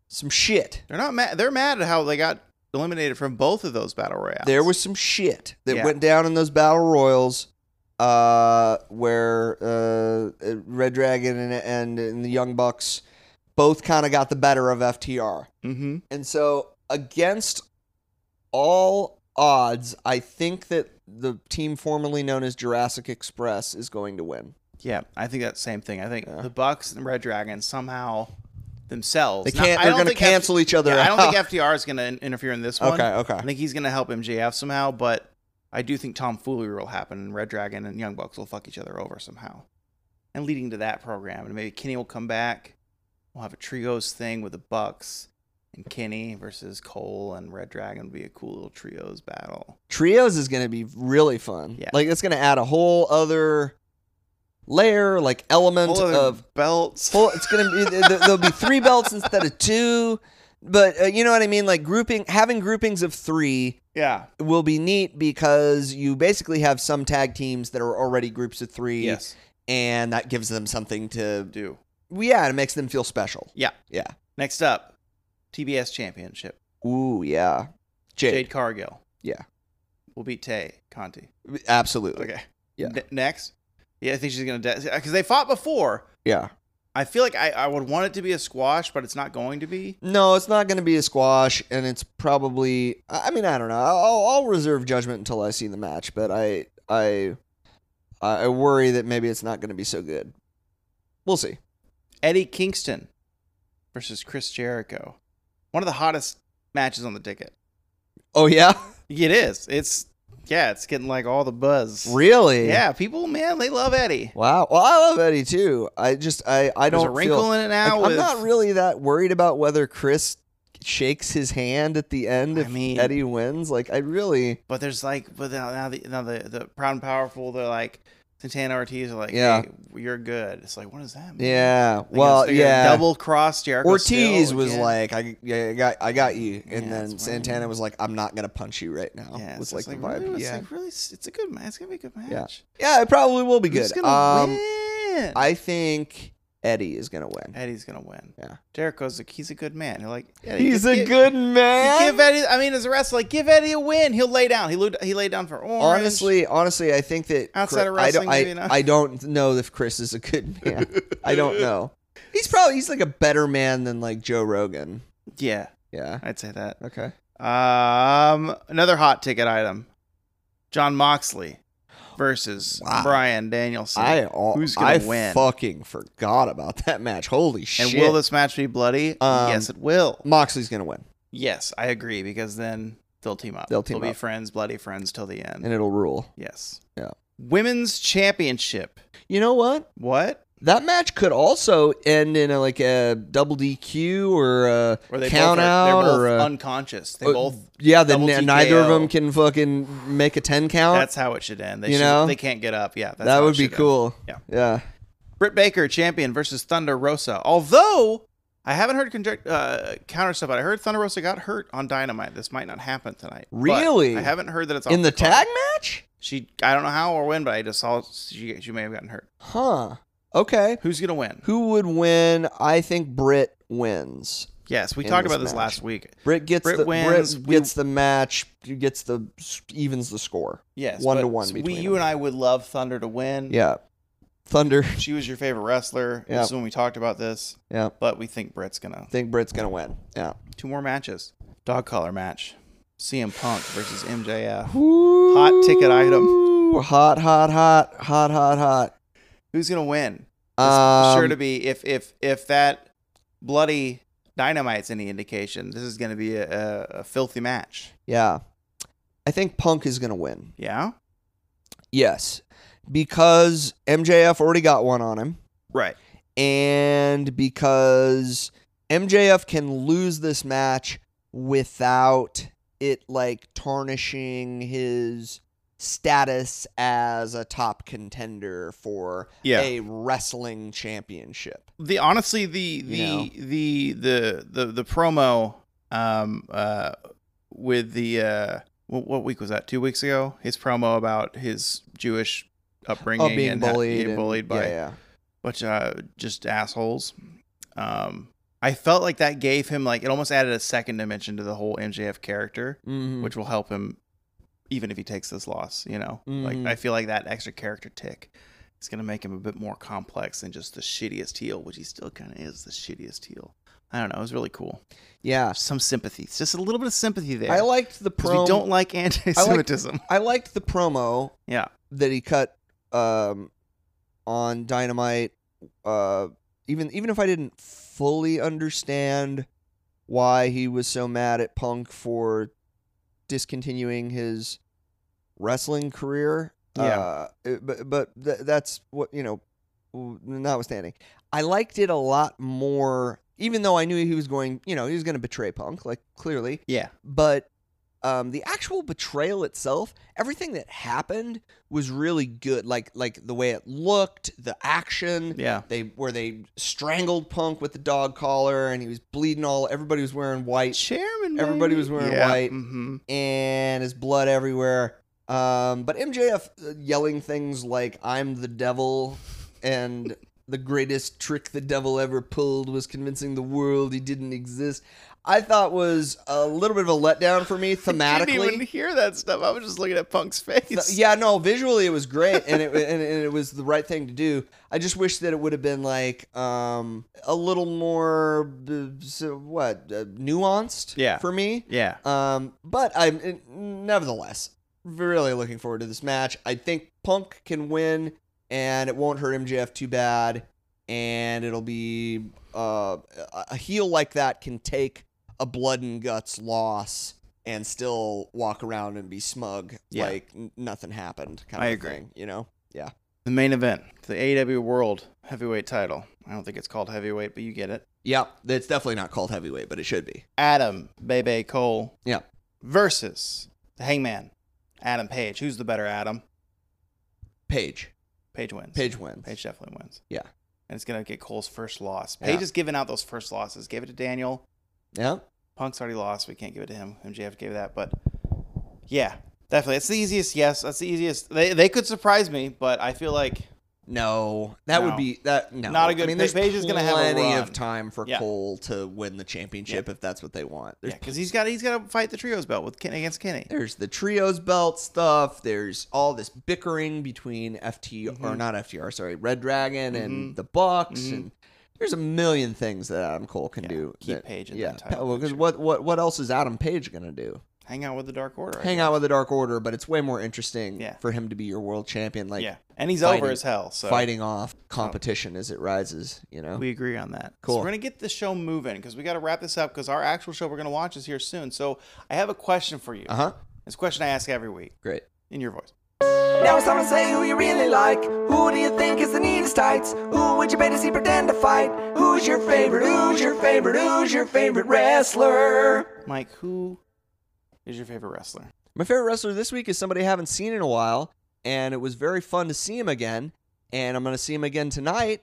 Speaker 2: some shit.
Speaker 1: they're not mad. They're mad at how they got eliminated from both of those battle royales.
Speaker 2: There was some shit that
Speaker 1: Yeah.
Speaker 2: went down in those battle royals, uh, where uh, uh, Red Dragon and, and, and the Young Bucks both kind of got the better of FTR,
Speaker 1: Mm-hmm.
Speaker 2: and so against all odds, I think that the team formerly known as Jurassic Express is going to win.
Speaker 1: Yeah, I think that's the same thing. I think
Speaker 2: Yeah.
Speaker 1: the Bucks and Red Dragon somehow themselves.
Speaker 2: They
Speaker 1: Now,
Speaker 2: can't.
Speaker 1: I
Speaker 2: they're
Speaker 1: don't
Speaker 2: going to
Speaker 1: think F-
Speaker 2: cancel each other.
Speaker 1: Yeah, I
Speaker 2: out.
Speaker 1: don't think FTR is going to interfere in this one.
Speaker 2: okay. Okay.
Speaker 1: I think he's going to help MJF somehow, but I do think tomfoolery will happen, and Red Dragon and Young Bucks will fuck each other over somehow, and leading to that program. And maybe Kenny will come back. We'll have a trios thing with the Bucks and Kenny versus Cole and Red Dragon. Would be a cool little trios battle.
Speaker 2: trios is going to be really fun.
Speaker 1: Yeah.
Speaker 2: Like it's going to add a whole other layer, like element
Speaker 1: Full
Speaker 2: of
Speaker 1: belts.
Speaker 2: full. It's going to be th- th- there'll be three belts instead of two, but uh, you know what I mean. Like grouping, having groupings of three
Speaker 1: yeah.
Speaker 2: will be neat because you basically have some tag teams that are already groups of three,
Speaker 1: Yes.
Speaker 2: and that gives them something to.
Speaker 1: Do.
Speaker 2: Yeah, it makes them feel special.
Speaker 1: Next up, TBS Championship.
Speaker 2: Ooh, yeah. Jade,
Speaker 1: Jade Cargill.
Speaker 2: Yeah.
Speaker 1: Will beat Tay Conti.
Speaker 2: absolutely.
Speaker 1: Okay.
Speaker 2: Yeah.
Speaker 1: Ne- next. Yeah, I think she's gonna because they fought before.
Speaker 2: Yeah.
Speaker 1: I feel like I, I would want it to be a squash, but it's not going to be.
Speaker 2: No, it's not going to be a squash, and it's probably. I I mean, I don't know. I'll, I'll reserve judgment until I see the match, but I, I, I worry that maybe it's not going to be so good. We'll see.
Speaker 1: Eddie Kingston versus Chris Jericho. One of the hottest matches on the ticket.
Speaker 2: Oh yeah,
Speaker 1: It is. It's yeah, it's getting like all the buzz.
Speaker 2: really?
Speaker 1: Yeah, people, man, they love Eddie.
Speaker 2: Wow. Well, I love Eddie too. I just, I, I
Speaker 1: There's
Speaker 2: don't
Speaker 1: a wrinkle
Speaker 2: feel.
Speaker 1: in it
Speaker 2: like,
Speaker 1: now.
Speaker 2: I'm
Speaker 1: with-
Speaker 2: not really that worried about whether Chris shakes his hand at the end
Speaker 1: I
Speaker 2: if
Speaker 1: mean-
Speaker 2: Eddie wins. Like I really,
Speaker 1: But there's like, but now, now the now the the proud and powerful, they're like Santana Ortiz are like,
Speaker 2: Yeah.
Speaker 1: hey, you're good. It's like, what does that mean?
Speaker 2: yeah.
Speaker 1: Like,
Speaker 2: well,
Speaker 1: it's like a
Speaker 2: yeah.
Speaker 1: double cross Jericho.
Speaker 2: Ortiz
Speaker 1: still
Speaker 2: was
Speaker 1: again.
Speaker 2: like, I, yeah, I got, I got you, and then
Speaker 1: Yeah, that's what I mean.
Speaker 2: Santana was like, I'm not gonna punch you right now.
Speaker 1: yeah, it's
Speaker 2: was
Speaker 1: just
Speaker 2: like the vibe.
Speaker 1: really,
Speaker 2: yeah,
Speaker 1: it's like really, s- it's a good match. It's gonna be a good match.
Speaker 2: yeah, it probably will be
Speaker 1: Who's
Speaker 2: good.
Speaker 1: gonna
Speaker 2: Um,
Speaker 1: win?
Speaker 2: I think Eddie is gonna win.
Speaker 1: Eddie's gonna win.
Speaker 2: Yeah.
Speaker 1: Jericho's like, he's a good man. You're like, yeah,
Speaker 2: He's
Speaker 1: give-
Speaker 2: a
Speaker 1: give-
Speaker 2: good
Speaker 1: you Give
Speaker 2: man.
Speaker 1: Eddie. I mean, as a wrestler, like, give Eddie a win. He'll lay down. He laid, he laid down for Orange.
Speaker 2: Honestly, honestly, I think that
Speaker 1: Outside of
Speaker 2: Chri- I don't,
Speaker 1: wrestling,
Speaker 2: I,
Speaker 1: maybe not.
Speaker 2: I don't know if Chris is a good man. I don't know. He's probably he's like a better man than like Joe Rogan.
Speaker 1: yeah,
Speaker 2: Yeah.
Speaker 1: I'd say that.
Speaker 2: Okay.
Speaker 1: Um, another hot ticket item: John Moxley versus
Speaker 2: Wow.
Speaker 1: Brian Danielson.
Speaker 2: I all,
Speaker 1: who's gonna
Speaker 2: I
Speaker 1: win?
Speaker 2: fucking forgot about that match. Holy
Speaker 1: and
Speaker 2: shit!
Speaker 1: will this match be bloody?
Speaker 2: Um,
Speaker 1: yes, it will.
Speaker 2: Moxley's gonna win, yes,
Speaker 1: Yes, I agree because then they'll team up.
Speaker 2: They'll team
Speaker 1: be
Speaker 2: up.
Speaker 1: friends, bloody friends till the end.
Speaker 2: and it'll rule.
Speaker 1: yes.
Speaker 2: Yeah.
Speaker 1: Women's championship.
Speaker 2: You know what?
Speaker 1: What?
Speaker 2: That match could also end in a, like a double DQ or a
Speaker 1: Or they
Speaker 2: count
Speaker 1: both are,
Speaker 2: out
Speaker 1: they're both
Speaker 2: or a,
Speaker 1: unconscious. They
Speaker 2: uh,
Speaker 1: both.
Speaker 2: yeah. Then
Speaker 1: double
Speaker 2: n- neither of
Speaker 1: TKO.
Speaker 2: them can fucking make a ten count.
Speaker 1: That's how it should end. They
Speaker 2: you
Speaker 1: should,
Speaker 2: know?
Speaker 1: they can't get up. Yeah, that's
Speaker 2: that
Speaker 1: how it
Speaker 2: would be
Speaker 1: should end.
Speaker 2: cool.
Speaker 1: Yeah.
Speaker 2: Yeah.
Speaker 1: Britt Baker champion versus Thunder Rosa. Although I haven't heard conject- uh, counter stuff, but I heard Thunder Rosa got hurt on Dynamite. This might not happen tonight. But
Speaker 2: Really?
Speaker 1: I haven't heard that it's off
Speaker 2: In the
Speaker 1: card.
Speaker 2: tag match?
Speaker 1: She, I don't know how or when, but I just saw she, she may have gotten hurt.
Speaker 2: Huh. Okay.
Speaker 1: Who's gonna win?
Speaker 2: Who would win? I think Britt wins.
Speaker 1: Yes, we
Speaker 2: In
Speaker 1: talked
Speaker 2: this
Speaker 1: about this
Speaker 2: match.
Speaker 1: last week.
Speaker 2: Britt gets
Speaker 1: Britt
Speaker 2: the
Speaker 1: wins,
Speaker 2: Britt
Speaker 1: we-
Speaker 2: gets the match. Gets the evens the score.
Speaker 1: Yes,
Speaker 2: One
Speaker 1: but
Speaker 2: to one
Speaker 1: We,
Speaker 2: between
Speaker 1: you
Speaker 2: them.
Speaker 1: and I would love Thunder to win.
Speaker 2: Yeah. Thunder.
Speaker 1: she was your favorite wrestler.
Speaker 2: Yeah.
Speaker 1: This is when we talked about this,
Speaker 2: Yeah.
Speaker 1: but we think Britt's gonna
Speaker 2: Think Britt's gonna win. Yeah.
Speaker 1: two more matches. Dog collar match. CM Punk versus MJF.
Speaker 2: Hot
Speaker 1: ticket item.
Speaker 2: Hot, hot, hot, hot, hot, hot.
Speaker 1: Who's gonna win? It's
Speaker 2: Um,
Speaker 1: sure to be if if if that bloody dynamite's any indication, this is gonna be a, a, a filthy match.
Speaker 2: Yeah. I think Punk is gonna win.
Speaker 1: Yeah.
Speaker 2: Yes. Because MJF already got one on him.
Speaker 1: Right.
Speaker 2: and because MJF can lose this match without it like tarnishing his status as a top contender for
Speaker 1: Yeah.
Speaker 2: a wrestling championship.
Speaker 1: the honestly the the
Speaker 2: You know?
Speaker 1: the, the the the promo um uh with the uh what, what week was that two weeks ago his promo about his jewish upbringing
Speaker 2: Of being
Speaker 1: and how-
Speaker 2: bullied,
Speaker 1: being
Speaker 2: and-
Speaker 1: bullied by
Speaker 2: yeah, yeah.
Speaker 1: bunch of uh, just assholes um i felt like that gave him like it almost added a second dimension to the whole mjf character
Speaker 2: Mhm.
Speaker 1: which will help him even if he takes this loss you know
Speaker 2: Mhm.
Speaker 1: like i feel like that extra character tick is going to make him a bit more complex than just the shittiest heel which he still kind of is the shittiest heel i don't know it was really cool Uh,
Speaker 2: yeah.
Speaker 1: some sympathy It's just a little bit of sympathy there
Speaker 2: I liked the
Speaker 1: 'Cause
Speaker 2: promo.
Speaker 1: we don't like anti-semitism
Speaker 2: I liked the promo
Speaker 1: yeah
Speaker 2: that he cut um, on Dynamite. Uh, even even if I didn't fully understand why he was so mad at Punk for discontinuing his wrestling career,
Speaker 1: Yeah.
Speaker 2: uh, it- but but th- that's what you know. w- Notwithstanding, I liked it a lot more. Even though I knew he was going, you know, he was going to betray Punk, like clearly
Speaker 1: yeah
Speaker 2: but um, the actual betrayal itself, everything that happened was really good. Like like the way it looked, the action.
Speaker 1: yeah
Speaker 2: They where they strangled Punk with the dog collar, and he was bleeding all. Everybody was wearing white,
Speaker 1: chairman
Speaker 2: Everybody was wearing white.
Speaker 1: hmm
Speaker 2: and his blood everywhere. Um, but MJF uh, yelling things like "I'm the devil," and the greatest trick the devil ever pulled was convincing the world he didn't exist. I thought was a little bit of a letdown for me
Speaker 1: I didn't even
Speaker 2: thematically.
Speaker 1: hear that stuff. I was just looking at Punk's face.
Speaker 2: Th- yeah, no, visually it was great, and it and, and it was the right thing to do. I just wish that it would have been like um, a little more uh, so what uh, nuanced.
Speaker 1: Yeah.
Speaker 2: for me.
Speaker 1: Yeah.
Speaker 2: Um, but I'm it- nevertheless really looking forward to this match. I think Punk can win, and it won't hurt MJF too bad, and it'll be uh, a a heel like that can take a blood and guts loss and still walk around and be smug
Speaker 1: Yeah.
Speaker 2: like n- nothing happened. Kind
Speaker 1: I
Speaker 2: of
Speaker 1: agree.
Speaker 2: Thing, you know.
Speaker 1: The main event, the AEW World Heavyweight title. I don't think it's called heavyweight, but you get it.
Speaker 2: Yeah, it's definitely not called heavyweight, but it should be.
Speaker 1: Adam Bebe Cole
Speaker 2: Yeah.
Speaker 1: versus the Hangman, Adam Page. Who's the better Adam?
Speaker 2: Page.
Speaker 1: Page wins.
Speaker 2: Page wins.
Speaker 1: Page definitely wins.
Speaker 2: Yeah.
Speaker 1: And it's gonna get Cole's first loss.
Speaker 2: Yeah.
Speaker 1: Page is giving out those first losses. Gave it to Daniel.
Speaker 2: Yeah.
Speaker 1: Punk's already lost. We can't give it to him. MJF gave that, but yeah, definitely. It's the easiest. Yes, that's the easiest. They they could surprise me, but I feel like
Speaker 2: No, that
Speaker 1: No.
Speaker 2: would be that. No,
Speaker 1: Not a good-
Speaker 2: I mean, there's
Speaker 1: Page is gonna have a
Speaker 2: plenty of
Speaker 1: run.
Speaker 2: time for
Speaker 1: Yeah.
Speaker 2: Cole to win the championship if that's what they want. There's,
Speaker 1: yeah, because he's got he's got to fight the trios belt with Ken, against Kenny.
Speaker 2: there's the trios belt stuff. There's all this bickering between FT
Speaker 1: Mm-hmm.
Speaker 2: or not FTR, sorry, Red Dragon and the Bucks,
Speaker 1: Mhm.
Speaker 2: and there's a million things that Adam Cole can
Speaker 1: Yeah,
Speaker 2: do.
Speaker 1: keep
Speaker 2: that-
Speaker 1: Page in
Speaker 2: yeah,
Speaker 1: that title
Speaker 2: because
Speaker 1: picture.
Speaker 2: what what what else is Adam Page gonna do?
Speaker 1: Hang out with the Dark Order. I
Speaker 2: Hang
Speaker 1: guess.
Speaker 2: out with the Dark Order, but it's way more interesting
Speaker 1: Yeah.
Speaker 2: for him to be your world champion, like
Speaker 1: yeah, and he's
Speaker 2: fighting-
Speaker 1: over as hell. So
Speaker 2: fighting off competition as it rises. You know,
Speaker 1: We agree on that.
Speaker 2: Cool.
Speaker 1: So we're gonna get the show moving because we got to wrap this up because our actual show we're gonna watch is here soon. So I have a question for you.
Speaker 2: uh huh,
Speaker 1: It's a question I ask every week
Speaker 2: great.
Speaker 1: in your voice.
Speaker 3: Now it's time to say who you really like. Who do you think is the neatest tights? Who would you bet to see pretend to fight? Who's your favorite? Who's your favorite? Who's your favorite wrestler?
Speaker 1: Mike, who is your favorite wrestler?
Speaker 2: My favorite wrestler this week is somebody I haven't seen in a while, and it was very fun to see him again. And I'm going to see him again tonight.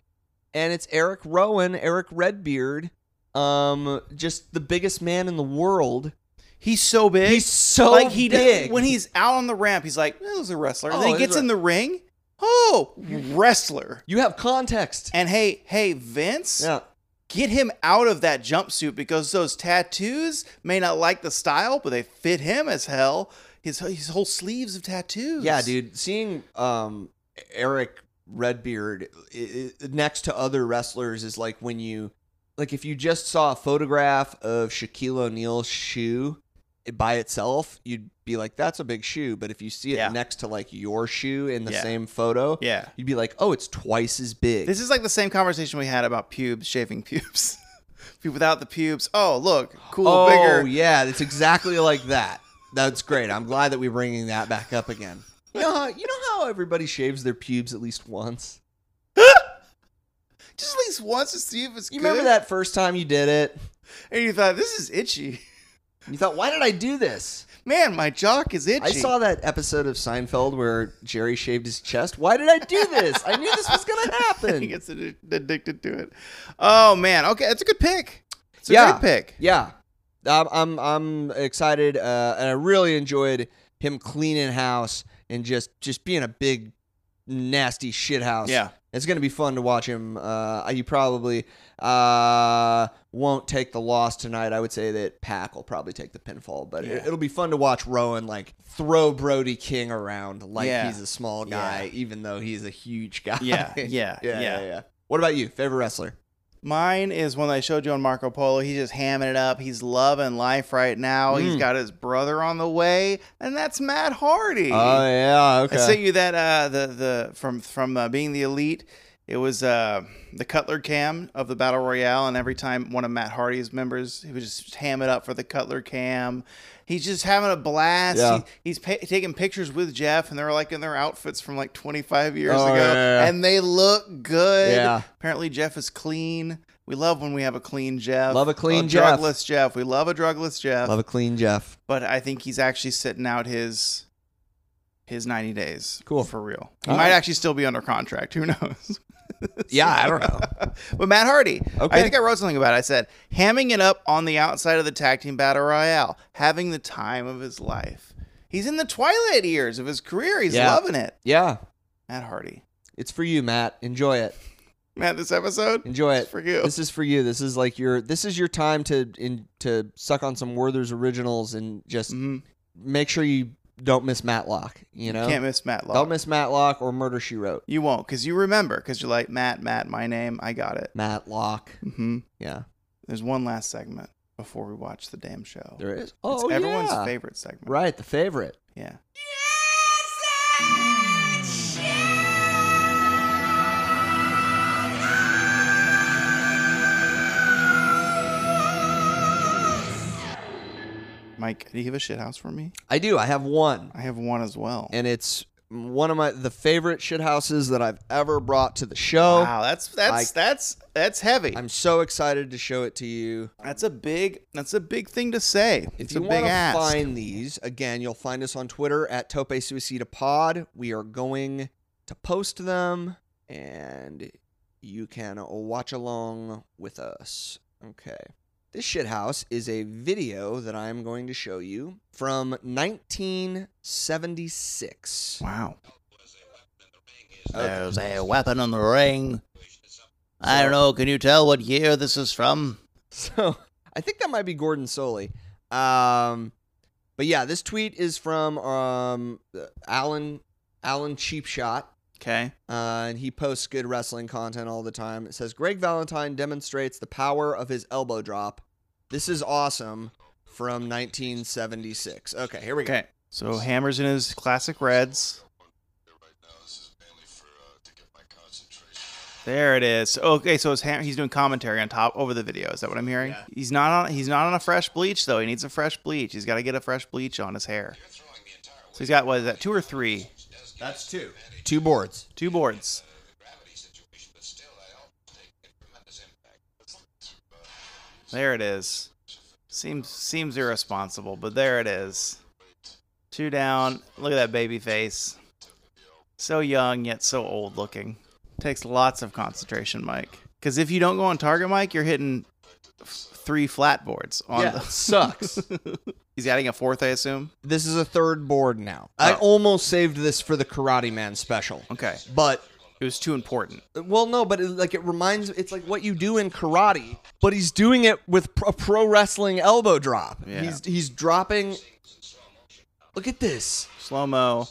Speaker 2: And it's Eric Rowan, Eric Redbeard, um, just the biggest man in the world.
Speaker 1: He's so big.
Speaker 2: He's so
Speaker 1: like he
Speaker 2: big.
Speaker 1: did when he's out on the ramp. He's like, "This is a wrestler." And
Speaker 2: Oh,
Speaker 1: then he
Speaker 2: this is
Speaker 1: gets
Speaker 2: a-
Speaker 1: in the ring. Oh, wrestler!
Speaker 2: you have context.
Speaker 1: And hey, hey, Vince,
Speaker 2: Yeah,
Speaker 1: get him out of that jumpsuit because those tattoos may not like the style, but they fit him as hell. His his whole sleeves of tattoos.
Speaker 2: yeah, dude. Seeing um, Eric Redbeard i- i- next to other wrestlers is like when you, like, if you just saw a photograph of Shaquille O'Neal's shoe it- by itself, you'd be like, "That's a big shoe." But if you see it
Speaker 1: Yeah.
Speaker 2: next to like your shoe in the
Speaker 1: Yeah.
Speaker 2: same photo,
Speaker 1: Yeah.
Speaker 2: you'd be like, "Oh, it's twice as big."
Speaker 1: This is like the same conversation we had about pubes, shaving pubes. People without the pubes. Oh, look, cool,
Speaker 2: oh,
Speaker 1: bigger.
Speaker 2: yeah, it's exactly like that. That's great. I'm glad that we're bringing that back up again. You know how, you know how everybody shaves their pubes at least once.
Speaker 1: Just at least once to see if it's
Speaker 2: You
Speaker 1: good.
Speaker 2: remember that first time you did it?
Speaker 1: And you thought, this is itchy.
Speaker 2: You thought, why did I do this?
Speaker 1: Man, my jock is itchy.
Speaker 2: I saw that episode of Seinfeld where Jerry shaved his chest. Why did I do this? I knew this was going to
Speaker 1: he
Speaker 2: happen.
Speaker 1: gets addi- addicted to it. Oh man, okay, that's a good pick. It's a
Speaker 2: Yeah.
Speaker 1: great pick.
Speaker 2: Yeah. I'm, I'm, I'm excited. Uh, and I really enjoyed him cleaning house and just, just being a big, nasty shit house.
Speaker 1: Yeah.
Speaker 2: It's going to be fun to watch him. Uh, he probably uh, won't take the loss tonight. I would say that Pack will probably take the pinfall, but
Speaker 1: Yeah.
Speaker 2: it, will be fun to watch Rowan like throw Brody King around like
Speaker 1: Yeah.
Speaker 2: he's a small guy, even though he's a huge guy.
Speaker 1: Yeah, yeah,
Speaker 2: yeah,
Speaker 1: yeah.
Speaker 2: yeah, yeah. What about you? Favorite wrestler?
Speaker 1: Mine is one that I showed you on Marco Polo. He's just hamming it up. He's loving life right now. He's
Speaker 2: Mm.
Speaker 1: got his brother on the way, and that's Matt Hardy.
Speaker 2: Oh, yeah,
Speaker 1: I sent you that uh, the the from from uh, being the elite. It was uh, the Cutler Cam of the Battle Royale, and every time one of Matt Hardy's members, he would just ham it up for the Cutler Cam. He's just having a blast.
Speaker 2: Yeah.
Speaker 1: He- he's pa- taking pictures with Jeff, and they're like in their outfits from like 25 years
Speaker 2: Oh,
Speaker 1: ago,
Speaker 2: yeah, yeah, yeah.
Speaker 1: and they look good.
Speaker 2: Yeah.
Speaker 1: Apparently, Jeff is clean. We love when we have a clean Jeff.
Speaker 2: Love a clean Jeff.
Speaker 1: Drugless Jeff. We love a drugless Jeff
Speaker 2: Love a clean Jeff.
Speaker 1: but I think he's actually sitting out his his 90 days.
Speaker 2: Cool.
Speaker 1: For real. He
Speaker 2: All
Speaker 1: might
Speaker 2: right.
Speaker 1: actually still be under contract. Who knows?
Speaker 2: Yeah, I don't know.
Speaker 1: But Matt Hardy,
Speaker 2: Okay.
Speaker 1: I think I wrote something about it. I said, hamming it up on the outside of the tag team battle royale, having the time of his life. He's in the twilight years of his career. He's
Speaker 2: Yeah.
Speaker 1: loving it.
Speaker 2: Yeah,
Speaker 1: Matt Hardy.
Speaker 2: it's for you, Matt. Enjoy it.
Speaker 1: Matt, this episode?
Speaker 2: Enjoy
Speaker 1: is
Speaker 2: it.
Speaker 1: for you.
Speaker 2: This is for you. This is like your. This is your time to in to suck on some Werther's originals and just
Speaker 1: Mhm.
Speaker 2: make sure you don't miss Matlock. You know,
Speaker 1: Can't miss Matt Law.
Speaker 2: don't miss Matlock or Murder She Wrote.
Speaker 1: you won't, because you remember, because you're like, Matt, Matt, my name. I got it.
Speaker 2: Matlock.
Speaker 1: hmm
Speaker 2: Yeah,
Speaker 1: There's one last segment before we watch the damn show.
Speaker 2: there is.
Speaker 1: It's
Speaker 2: Oh,
Speaker 1: everyone's
Speaker 2: yeah.
Speaker 1: favorite segment.
Speaker 2: Right, the favorite.
Speaker 1: Yeah. Mike, do you have a shit house for me?
Speaker 2: I do. I have one,
Speaker 1: I have one as well.
Speaker 2: and it's one of my the favorite shit houses that I've ever brought to the show.
Speaker 1: Oh. wow, that's that's
Speaker 2: I-
Speaker 1: that's that's heavy.
Speaker 2: I'm so excited to show it to you.
Speaker 1: that's a big that's a big thing to say.
Speaker 2: If
Speaker 1: it's
Speaker 2: you
Speaker 1: a big
Speaker 2: want to
Speaker 1: ass.
Speaker 2: find these, again, you'll find us on Twitter at Tope Suicida Pod. We are going to post them and you can watch along with us. Okay. This shithouse is a video that I am going to show you from 1976.
Speaker 1: wow.
Speaker 2: Okay.
Speaker 1: There's a weapon in the ring. I don't know. Can you tell what year this is from?
Speaker 2: So I think that might be Gordon Soley. Um, but yeah, this tweet is from um, Alan Alan Cheapshot.
Speaker 1: Okay.
Speaker 2: Uh, and he posts good wrestling content all the time. It says Greg Valentine demonstrates the power of his elbow drop. This is awesome from 1976. Okay, here we go.
Speaker 1: Okay. So Hammer's in his classic reds. There it is. Okay, so his ham- he's doing commentary on top over the video. Is that what I'm hearing? He's not on. He's not on a fresh bleach though. He needs a fresh bleach. He's got to get a fresh bleach on his hair. So he's got what is that? Two or three?
Speaker 2: That's two. Two boards.
Speaker 1: Two boards. There it is. Seems seems irresponsible, but there it is. Two down. Look at that baby face. So young yet so old looking. Takes lots of concentration, Mike. Because if you don't go on target, Mike, you're hitting f- three flat boards. On
Speaker 2: yeah, sucks.
Speaker 1: the- he's adding a fourth, I assume.
Speaker 2: this is a third board now. I
Speaker 1: Oh.
Speaker 2: almost saved this for the Karate Man special,
Speaker 1: Okay,
Speaker 2: but
Speaker 1: it was too important.
Speaker 2: Well, no, but it, like it reminds it's like what you do in karate, but he's doing it with pro- a pro wrestling elbow drop.
Speaker 1: Yeah.
Speaker 2: He's he's dropping. Look at this.
Speaker 1: slow mo.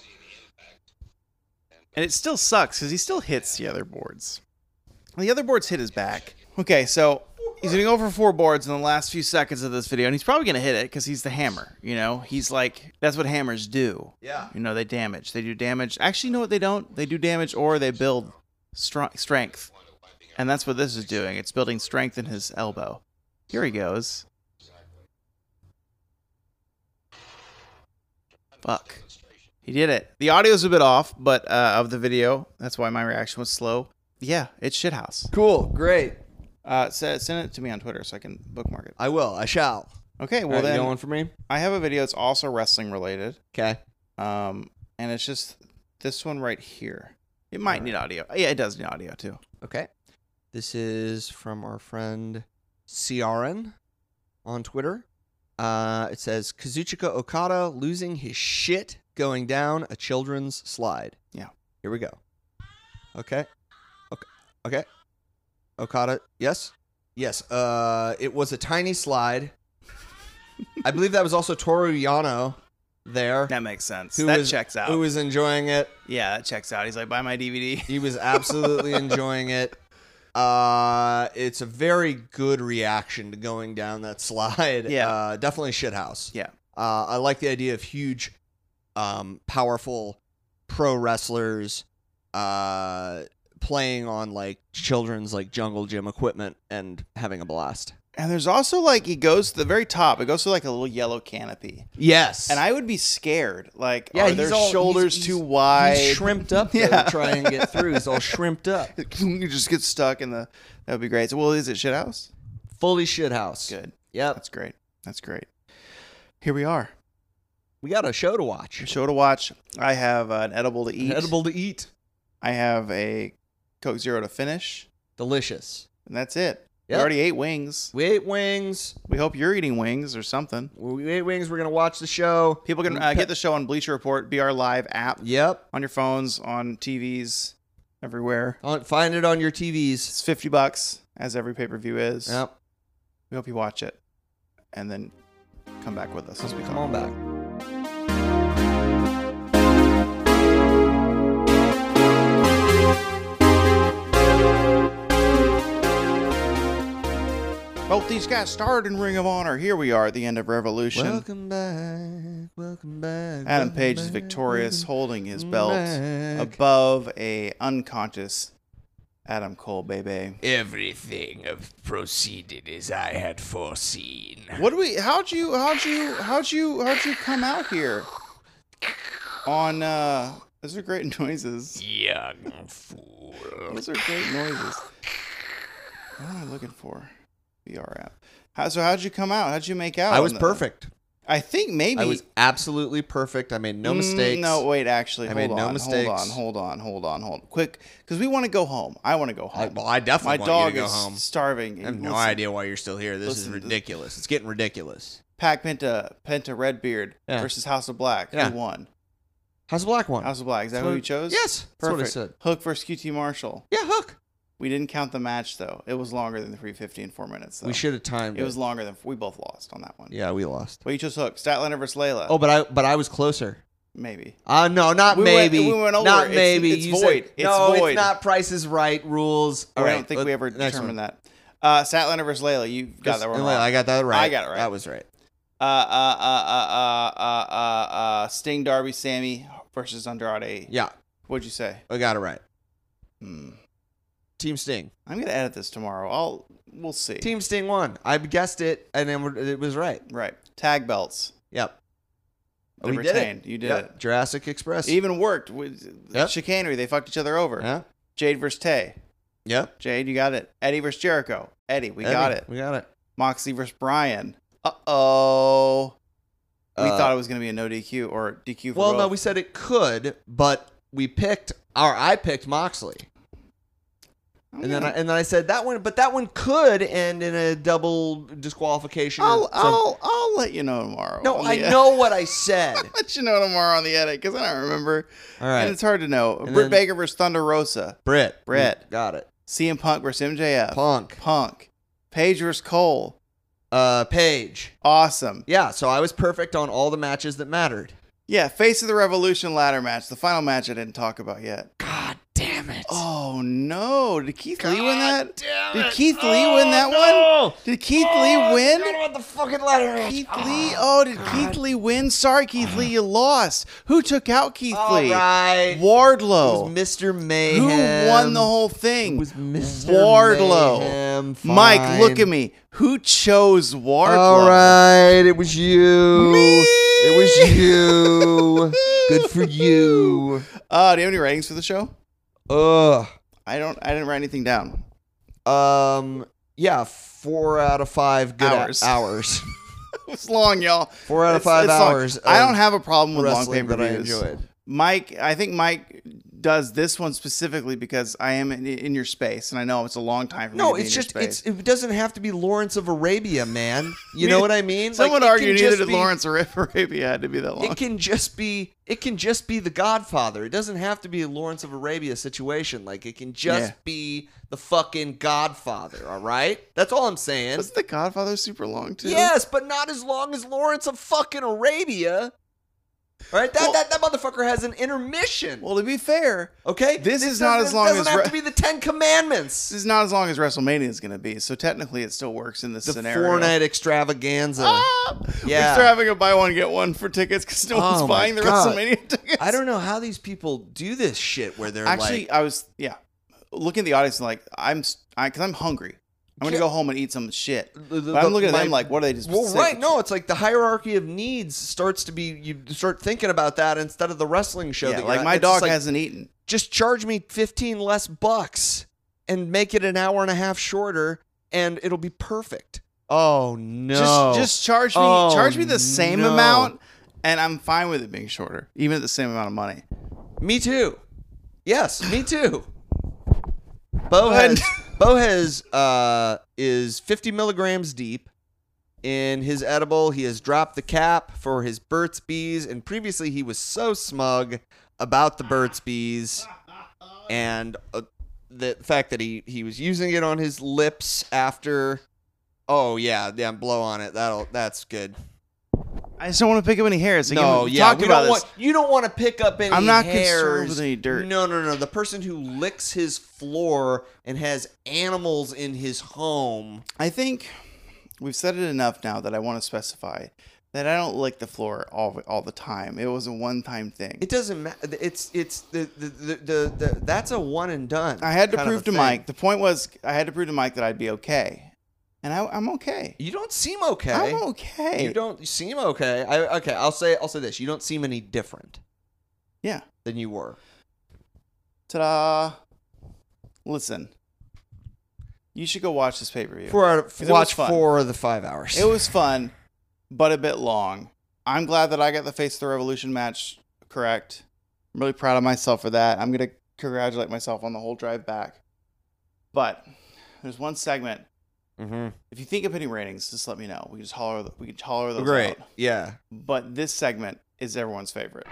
Speaker 1: And it still sucks because he still hits the other boards. The other boards hit his back. Okay, so he's gonna go for four boards in the last few seconds of this video, and he's probably gonna hit it because he's the hammer. You know, he's like that's what hammers do.
Speaker 2: Yeah.
Speaker 1: You know, they damage. They do damage. Actually, you know what they don't? They do damage or they build strong strength, and that's what this is doing. It's building strength in his elbow. Here he goes. Fuck. He did it. The audio's a bit off, but uh, of the video, that's why my reaction was slow. Yeah, it's shithouse.
Speaker 2: Cool. Great.
Speaker 1: Uh, send, send it to me on Twitter so I can bookmark it.
Speaker 2: I will. I shall.
Speaker 1: Okay, well
Speaker 2: Well,
Speaker 1: then
Speaker 2: you got one for me.
Speaker 1: I have a video that's also wrestling related,
Speaker 2: Okay.
Speaker 1: um, and it's just this one right here. It might need audio. Yeah, it does need audio too.
Speaker 2: Okay. This is from our friend Ciaran on Twitter. Uh, it says Kazuchika Okada losing his shit going down a children's slide.
Speaker 1: Yeah.
Speaker 2: Here we go. Okay. Okay. Okay. Okada. Yes. Yes. Uh, it was a tiny slide. I believe that was also Toru Yano there
Speaker 1: That makes sense.
Speaker 2: Who
Speaker 1: that
Speaker 2: is-
Speaker 1: checks out.
Speaker 2: who was enjoying it.
Speaker 1: yeah, that checks out. He's like, buy my DVD.
Speaker 2: He was absolutely enjoying it. Uh, it's a very good reaction to going down that slide.
Speaker 1: Yeah.
Speaker 2: Uh, definitely shithouse.
Speaker 1: Yeah.
Speaker 2: Uh, I like the idea of huge, um, powerful pro wrestlers uh, playing on like children's like jungle gym equipment and having a blast.
Speaker 1: And there's also like he goes to the very top. It goes to like a little yellow canopy.
Speaker 2: Yes.
Speaker 1: And I would be scared. Like,
Speaker 2: Yeah,
Speaker 1: are
Speaker 2: he's
Speaker 1: their
Speaker 2: all- he's-
Speaker 1: shoulders
Speaker 2: he's-
Speaker 1: too wide?
Speaker 2: He's shrimped up though,
Speaker 1: Yeah.
Speaker 2: to try and get through. He's all shrimped up.
Speaker 1: you just get stuck in the. That would be great. So, well, is it shit house?
Speaker 2: Fully shithouse.
Speaker 1: Good.
Speaker 2: Yep.
Speaker 1: That's great. That's great. Here we are.
Speaker 2: We got a show to watch.
Speaker 1: Show to watch. I have an edible to eat.
Speaker 2: Edible to eat.
Speaker 1: I have a Coke Zero to finish,
Speaker 2: Delicious.
Speaker 1: and that's it.
Speaker 2: Yep.
Speaker 1: We already ate wings.
Speaker 2: We ate wings.
Speaker 1: We hope you're eating wings or something.
Speaker 2: We ate wings. We're gonna watch the show.
Speaker 1: People can uh, get the show on Bleacher Report, BR Live app,
Speaker 2: Yep.
Speaker 1: on your phones, on TVs, everywhere.
Speaker 2: On, find it on your TVs.
Speaker 1: It's fifty bucks, as every pay per view is.
Speaker 2: Yep.
Speaker 1: We hope you watch it, and then come back with us as we
Speaker 2: Come
Speaker 1: talk.
Speaker 2: on back.
Speaker 1: Both these guys starred in Ring of Honor. Here we are at the end of Revolution.
Speaker 2: Welcome back. Welcome back.
Speaker 1: Adam
Speaker 2: welcome
Speaker 1: Page is
Speaker 2: back,
Speaker 1: victorious,
Speaker 2: welcome
Speaker 1: holding his belt
Speaker 2: back.
Speaker 1: above a unconscious Adam Cole, baby.
Speaker 4: Everything have proceeded as I had foreseen.
Speaker 1: What do we? How'd you? How'd you? How'd you? How'd you come out here on uh Those are great noises.
Speaker 4: Young fool.
Speaker 1: Those are great noises. What am I looking for? VR app. How, so how'd you come out? How'd you make out?
Speaker 2: I
Speaker 1: on
Speaker 2: was
Speaker 1: the-
Speaker 2: perfect.
Speaker 1: I think maybe
Speaker 2: I was absolutely perfect. I made no
Speaker 1: Mm,
Speaker 2: mistakes.
Speaker 1: No, wait, actually,
Speaker 2: I
Speaker 1: hold
Speaker 2: made
Speaker 1: on,
Speaker 2: no
Speaker 1: Hold on,
Speaker 2: mistakes.
Speaker 1: hold on, hold on, hold on. Quick, because we want to go home. I want to go
Speaker 2: I,
Speaker 1: home.
Speaker 2: well, I
Speaker 1: My
Speaker 2: definitely want
Speaker 1: dog
Speaker 2: you to go
Speaker 1: is
Speaker 2: home.
Speaker 1: starving.
Speaker 2: I have no
Speaker 1: Listen,
Speaker 2: idea why you're still here. This is
Speaker 1: listen, this-
Speaker 2: ridiculous. It's getting ridiculous.
Speaker 1: Pac Penta, Penta Redbeard
Speaker 2: Yeah.
Speaker 1: versus House of Black.
Speaker 2: Yeah.
Speaker 1: Who won?
Speaker 2: How's the black one?
Speaker 1: House of Black. Is that who
Speaker 2: what-
Speaker 1: we chose?
Speaker 2: Yes, that's
Speaker 1: Perfect.
Speaker 2: what I said.
Speaker 1: Hook versus QT Marshall.
Speaker 2: Yeah, Hook.
Speaker 1: We didn't count the match though. It was longer than the 350 and four minutes. Though.
Speaker 2: We should have timed
Speaker 1: It was longer than we both lost on that one.
Speaker 2: Yeah, we lost.
Speaker 1: But uh, you chose Hook. Statlander versus Layla.
Speaker 2: Oh, but I but I was closer.
Speaker 1: maybe.
Speaker 2: Uh no, not
Speaker 1: We went-
Speaker 2: maybe.
Speaker 1: we went over.
Speaker 2: Not
Speaker 1: It's-
Speaker 2: maybe.
Speaker 1: it's
Speaker 2: You said-
Speaker 1: void. It's
Speaker 2: no,
Speaker 1: void.
Speaker 2: it's not Price is Right rules. All
Speaker 1: I
Speaker 2: right,
Speaker 1: don't think
Speaker 2: let-
Speaker 1: we ever
Speaker 2: next
Speaker 1: determined
Speaker 2: one.
Speaker 1: that. Uh, Statlander versus Layla. You got that one.
Speaker 2: Just-
Speaker 1: wrong.
Speaker 2: I got that right.
Speaker 1: got it right.
Speaker 2: That was right.
Speaker 1: uh, uh, uh, uh, uh, uh, uh, Sting, Darby, Sammy versus Andrade.
Speaker 2: Yeah,
Speaker 1: What'd you say?
Speaker 2: I got it right.
Speaker 1: Hmm.
Speaker 2: Team Sting.
Speaker 1: I'm gonna edit this tomorrow. I'll we'll see.
Speaker 2: Team Sting won. I guessed it, and then we're- it was right.
Speaker 1: Right. Tag belts.
Speaker 2: Yep.
Speaker 1: They
Speaker 2: We did it.
Speaker 1: retained. You did
Speaker 2: Yep. Jurassic Express.
Speaker 1: it. It even worked with
Speaker 2: Yep.
Speaker 1: chicanery. They fucked each other over.
Speaker 2: Yeah.
Speaker 1: Jade versus Tay.
Speaker 2: Yep.
Speaker 1: Jade, you got it. Eddie versus Jericho. Eddie, we
Speaker 2: Eddie,
Speaker 1: got it.
Speaker 2: We got it.
Speaker 1: Moxley versus Brian. Uh oh. We
Speaker 2: Uh,
Speaker 1: thought it was gonna be a no DQ or DQ. For
Speaker 2: Well,
Speaker 1: both.
Speaker 2: no, we said it could, but we picked our. I picked Moxley,
Speaker 1: I'm
Speaker 2: and then I,
Speaker 1: gonna-
Speaker 2: and then I said that one, but that one could end in a double disqualification. or
Speaker 1: I'll
Speaker 2: some-
Speaker 1: I'll I'll let you know tomorrow.
Speaker 2: no,
Speaker 1: on
Speaker 2: I
Speaker 1: the-
Speaker 2: know what I said. All
Speaker 1: let you know tomorrow on the edit because I don't remember. And
Speaker 2: right,
Speaker 1: it's hard to know.
Speaker 2: And then-
Speaker 1: Britt Baker versus Thunder Rosa.
Speaker 2: Britt.
Speaker 1: Britt. Uh,
Speaker 2: We got it.
Speaker 1: CM Punk versus MJF.
Speaker 2: Punk.
Speaker 1: Punk. Paige versus Cole.
Speaker 2: Uh, Paige.
Speaker 1: Awesome.
Speaker 2: Yeah, so I was perfect on all the matches that mattered.
Speaker 1: Yeah, Face of the Revolution ladder match, the final match I didn't talk about yet.
Speaker 4: God damn it.
Speaker 1: Oh no! Did Keith Lee win
Speaker 4: God
Speaker 1: that?
Speaker 4: damn
Speaker 1: Did
Speaker 4: it.
Speaker 1: Keith Lee win that
Speaker 4: no.
Speaker 1: one? Did Keith
Speaker 2: Oh,
Speaker 4: I
Speaker 1: Lee win?
Speaker 4: forgot about the fucking ladder match.
Speaker 1: Keith Lee. Oh, did Keith Lee win? Sorry, Keith Lee, you lost. Who took out Keith
Speaker 2: All
Speaker 1: Lee?
Speaker 2: right.
Speaker 1: Wardlow.
Speaker 2: It was Mr. Mayhem.
Speaker 1: Who won the whole
Speaker 2: It
Speaker 1: thing?
Speaker 2: was Mr.
Speaker 1: Wardlow.
Speaker 2: Mayhem.
Speaker 1: Mike, look
Speaker 2: Fine.
Speaker 1: at me. Who chose Wardlow?
Speaker 2: All right, it was you. It was you. Good for you.
Speaker 1: Uh, do you have any ratings for the show?
Speaker 2: Ugh.
Speaker 1: I don't. I didn't write anything down.
Speaker 2: Um. Yeah, four out of five good
Speaker 1: Hours.
Speaker 2: hours. hours.
Speaker 1: It's long, y'all.
Speaker 2: Four out of
Speaker 1: It's-
Speaker 2: five
Speaker 1: it's long.
Speaker 2: hours.
Speaker 1: I don't
Speaker 2: of
Speaker 1: have a problem with long pay
Speaker 2: wrestling
Speaker 1: per
Speaker 2: that I
Speaker 1: views.
Speaker 2: enjoyed.
Speaker 1: Mike, I think Mike does this one specifically because I am in, in your space, and I know it's a long time for me
Speaker 2: No,
Speaker 1: to be
Speaker 2: it's
Speaker 1: in your
Speaker 2: just it's
Speaker 1: space.
Speaker 2: it doesn't have to be Lawrence of Arabia, man. You know what I mean?
Speaker 1: Someone
Speaker 2: it can
Speaker 1: argued neither
Speaker 2: just
Speaker 1: did
Speaker 2: be-
Speaker 1: Lawrence or Arabia had to be that long.
Speaker 2: It can just be it can just be the Godfather. It doesn't have to be a Lawrence of Arabia situation. Like it can just
Speaker 1: Yeah.
Speaker 2: be the fucking Godfather, all right? That's all I'm saying.
Speaker 1: Wasn't The Godfather super long too?
Speaker 2: Yes, but not as long as Lawrence of fucking Arabia. All right? That
Speaker 1: Well-
Speaker 2: that, that motherfucker has an intermission.
Speaker 1: Well, to be fair,
Speaker 2: okay?
Speaker 1: this is not
Speaker 2: doesn't-
Speaker 1: as long
Speaker 2: doesn't
Speaker 1: as
Speaker 2: have
Speaker 1: Re-
Speaker 2: to be the 10 commandments.
Speaker 1: this is not as long as WrestleMania is going to be, so technically it still works in this
Speaker 2: The
Speaker 1: scenario.
Speaker 2: four-night extravaganza.
Speaker 1: Ah!
Speaker 2: Yeah.
Speaker 1: We're still having a buy one get one for tickets because no
Speaker 2: Oh
Speaker 1: one's
Speaker 2: my
Speaker 1: buying the
Speaker 2: God.
Speaker 1: WrestleMania tickets.
Speaker 2: I don't know how these people do this shit where they're
Speaker 1: actually.
Speaker 2: like,
Speaker 1: I was yeah, looking at the audience and like I'm s- I because I'm hungry. I'm gonna
Speaker 2: Yeah.
Speaker 1: go home and eat some shit.
Speaker 2: the- the-
Speaker 1: But I'm looking at
Speaker 2: my-
Speaker 1: them like, what are they just?
Speaker 2: well,
Speaker 1: sick?
Speaker 2: right? No, it's like the hierarchy of needs starts to be. You start thinking about that instead of the wrestling show.
Speaker 1: yeah,
Speaker 2: that
Speaker 1: like
Speaker 2: you're
Speaker 1: my
Speaker 2: at. It's just
Speaker 1: dog
Speaker 2: like,
Speaker 1: hasn't eaten.
Speaker 2: Just charge me fifteen less bucks and make it an hour and a half shorter, and it'll be perfect. Oh no!
Speaker 1: Just just charge me
Speaker 2: Oh,
Speaker 1: charge me the same
Speaker 2: no.
Speaker 1: amount, and I'm fine with it being shorter, even at the same amount of money.
Speaker 2: me too. Yes, me too. Bo has Bo has uh, is fifty milligrams deep in his edible. He has dropped the cap for his Burt's Bees, and previously he was so smug about the Burt's Bees and uh, the fact that he he was using it on his lips after. Oh yeah, yeah, blow on it. That'll that's good.
Speaker 1: I just don't want to pick up any hairs. Again,
Speaker 2: no,
Speaker 1: we
Speaker 2: yeah,
Speaker 1: talked
Speaker 2: we
Speaker 1: about
Speaker 2: don't
Speaker 1: this.
Speaker 2: want you don't want to pick up any.
Speaker 1: I'm not concerned
Speaker 2: hairs.
Speaker 1: with any dirt.
Speaker 2: No, no, no. The person who licks his floor and has animals in his home.
Speaker 1: I think we've said it enough now that I want to specify that I don't lick the floor all all the time. It was a one time thing.
Speaker 2: It doesn't matter. It's it's the the, the the the that's a one and done.
Speaker 1: I had to
Speaker 2: kind of
Speaker 1: prove
Speaker 2: a
Speaker 1: to
Speaker 2: thing.
Speaker 1: Mike. The point was, I had to prove to Mike that I'd be okay, and I, I'm okay.
Speaker 2: You don't seem okay.
Speaker 1: I'm okay.
Speaker 2: You don't seem okay. I okay. I'll say I'll say this. You don't seem any different.
Speaker 1: Yeah.
Speaker 2: than you were.
Speaker 1: Ta-da! Listen, you should go watch this pay-per-view.
Speaker 2: Four out of,
Speaker 1: was
Speaker 2: watch
Speaker 1: fun.
Speaker 2: four of the five hours.
Speaker 1: It was fun, but a bit long. I'm glad that I got the Face of the Revolution match correct. I'm really proud of myself for that. I'm going to congratulate myself on the whole drive back. But there's one segment.
Speaker 2: mm-hmm.
Speaker 1: If you think of any ratings, just let me know. We can just holler. We can holler those
Speaker 2: great.
Speaker 1: out.
Speaker 2: Yeah.
Speaker 1: But this segment is everyone's favorite.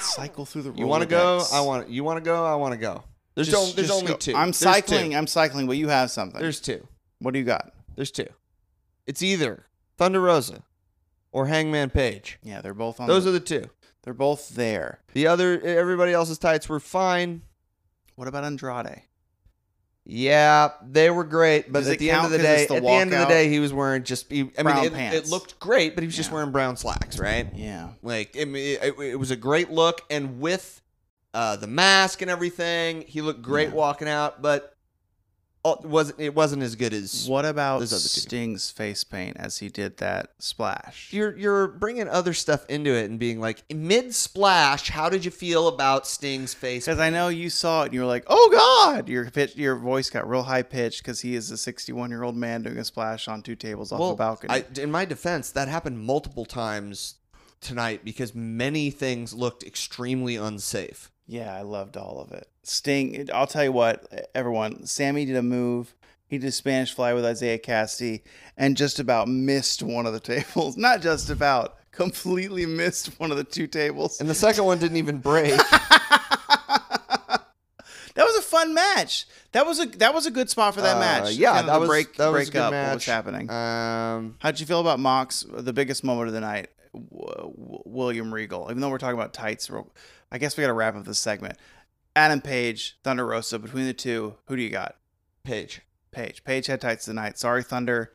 Speaker 1: Cycle through the.
Speaker 2: You want to go?
Speaker 1: Rolodex.
Speaker 2: I want. You want to go? I want to go. There's
Speaker 1: Just-
Speaker 2: only, there's
Speaker 1: just
Speaker 2: only
Speaker 1: go.
Speaker 2: two.
Speaker 1: I'm
Speaker 2: There's two.
Speaker 1: cycling. I'm cycling, but you have something.
Speaker 2: There's two.
Speaker 1: what do you got?
Speaker 2: There's two. It's either Thunder Rosa or Hangman Page.
Speaker 1: Yeah, they're both on.
Speaker 2: Those
Speaker 1: the-
Speaker 2: are the two.
Speaker 1: They're both there.
Speaker 2: The other everybody else's tights were fine.
Speaker 1: What about Andrade?
Speaker 2: Yeah, they were great, but
Speaker 1: Does
Speaker 2: at
Speaker 1: it
Speaker 2: the end of
Speaker 1: count
Speaker 2: the
Speaker 1: 'cause
Speaker 2: day,
Speaker 1: it's the
Speaker 2: at the end of the
Speaker 1: walkout?
Speaker 2: day, he was wearing just. He, I
Speaker 1: Brown
Speaker 2: mean, it, it
Speaker 1: pants.
Speaker 2: looked great, but he was just
Speaker 1: Yeah.
Speaker 2: wearing brown slacks, right?
Speaker 1: Yeah.
Speaker 2: Like I mean, it, it, was a great look, and with uh, the mask and everything, he looked great
Speaker 1: Yeah.
Speaker 2: walking out. But uh, wasn't it wasn't as good as
Speaker 1: What about
Speaker 2: Those other two.
Speaker 1: Sting's face paint as he did that splash?
Speaker 2: you're you're bringing other stuff into it and being like mid splash. How did you feel about Sting's face?
Speaker 1: Because I know you saw it and you were like, "Oh God!" Your pitch, your voice got real high pitched because he is a 61 year old man doing a splash on two tables off a balcony.
Speaker 2: I, in my defense, that happened multiple times tonight because many things looked extremely unsafe.
Speaker 1: yeah, I loved all of it. Sting. I'll tell you what, e, everyone. Sammy did a move. He did a Spanish fly with Isaiah Cassidy and just about missed one of the tables. Not just about, completely missed one of the two tables.
Speaker 2: And the second one didn't even break.
Speaker 1: that was a fun match. That was a that was a good spot for that
Speaker 2: Uh,
Speaker 1: match.
Speaker 2: yeah,
Speaker 1: Kind of
Speaker 2: that
Speaker 1: the
Speaker 2: was-
Speaker 1: break
Speaker 2: that was a
Speaker 1: break
Speaker 2: good
Speaker 1: up what
Speaker 2: match.
Speaker 1: was happening.
Speaker 2: um,
Speaker 1: How'd you feel about Mox, the biggest moment of the night, w- w- William Regal? Even though we're talking about tights, real- I guess we got to wrap up this segment. Adam Page, Thunder Rosa, between the two, who do you got?
Speaker 2: Page.
Speaker 1: Page. Page had tights tonight. Sorry, Thunder.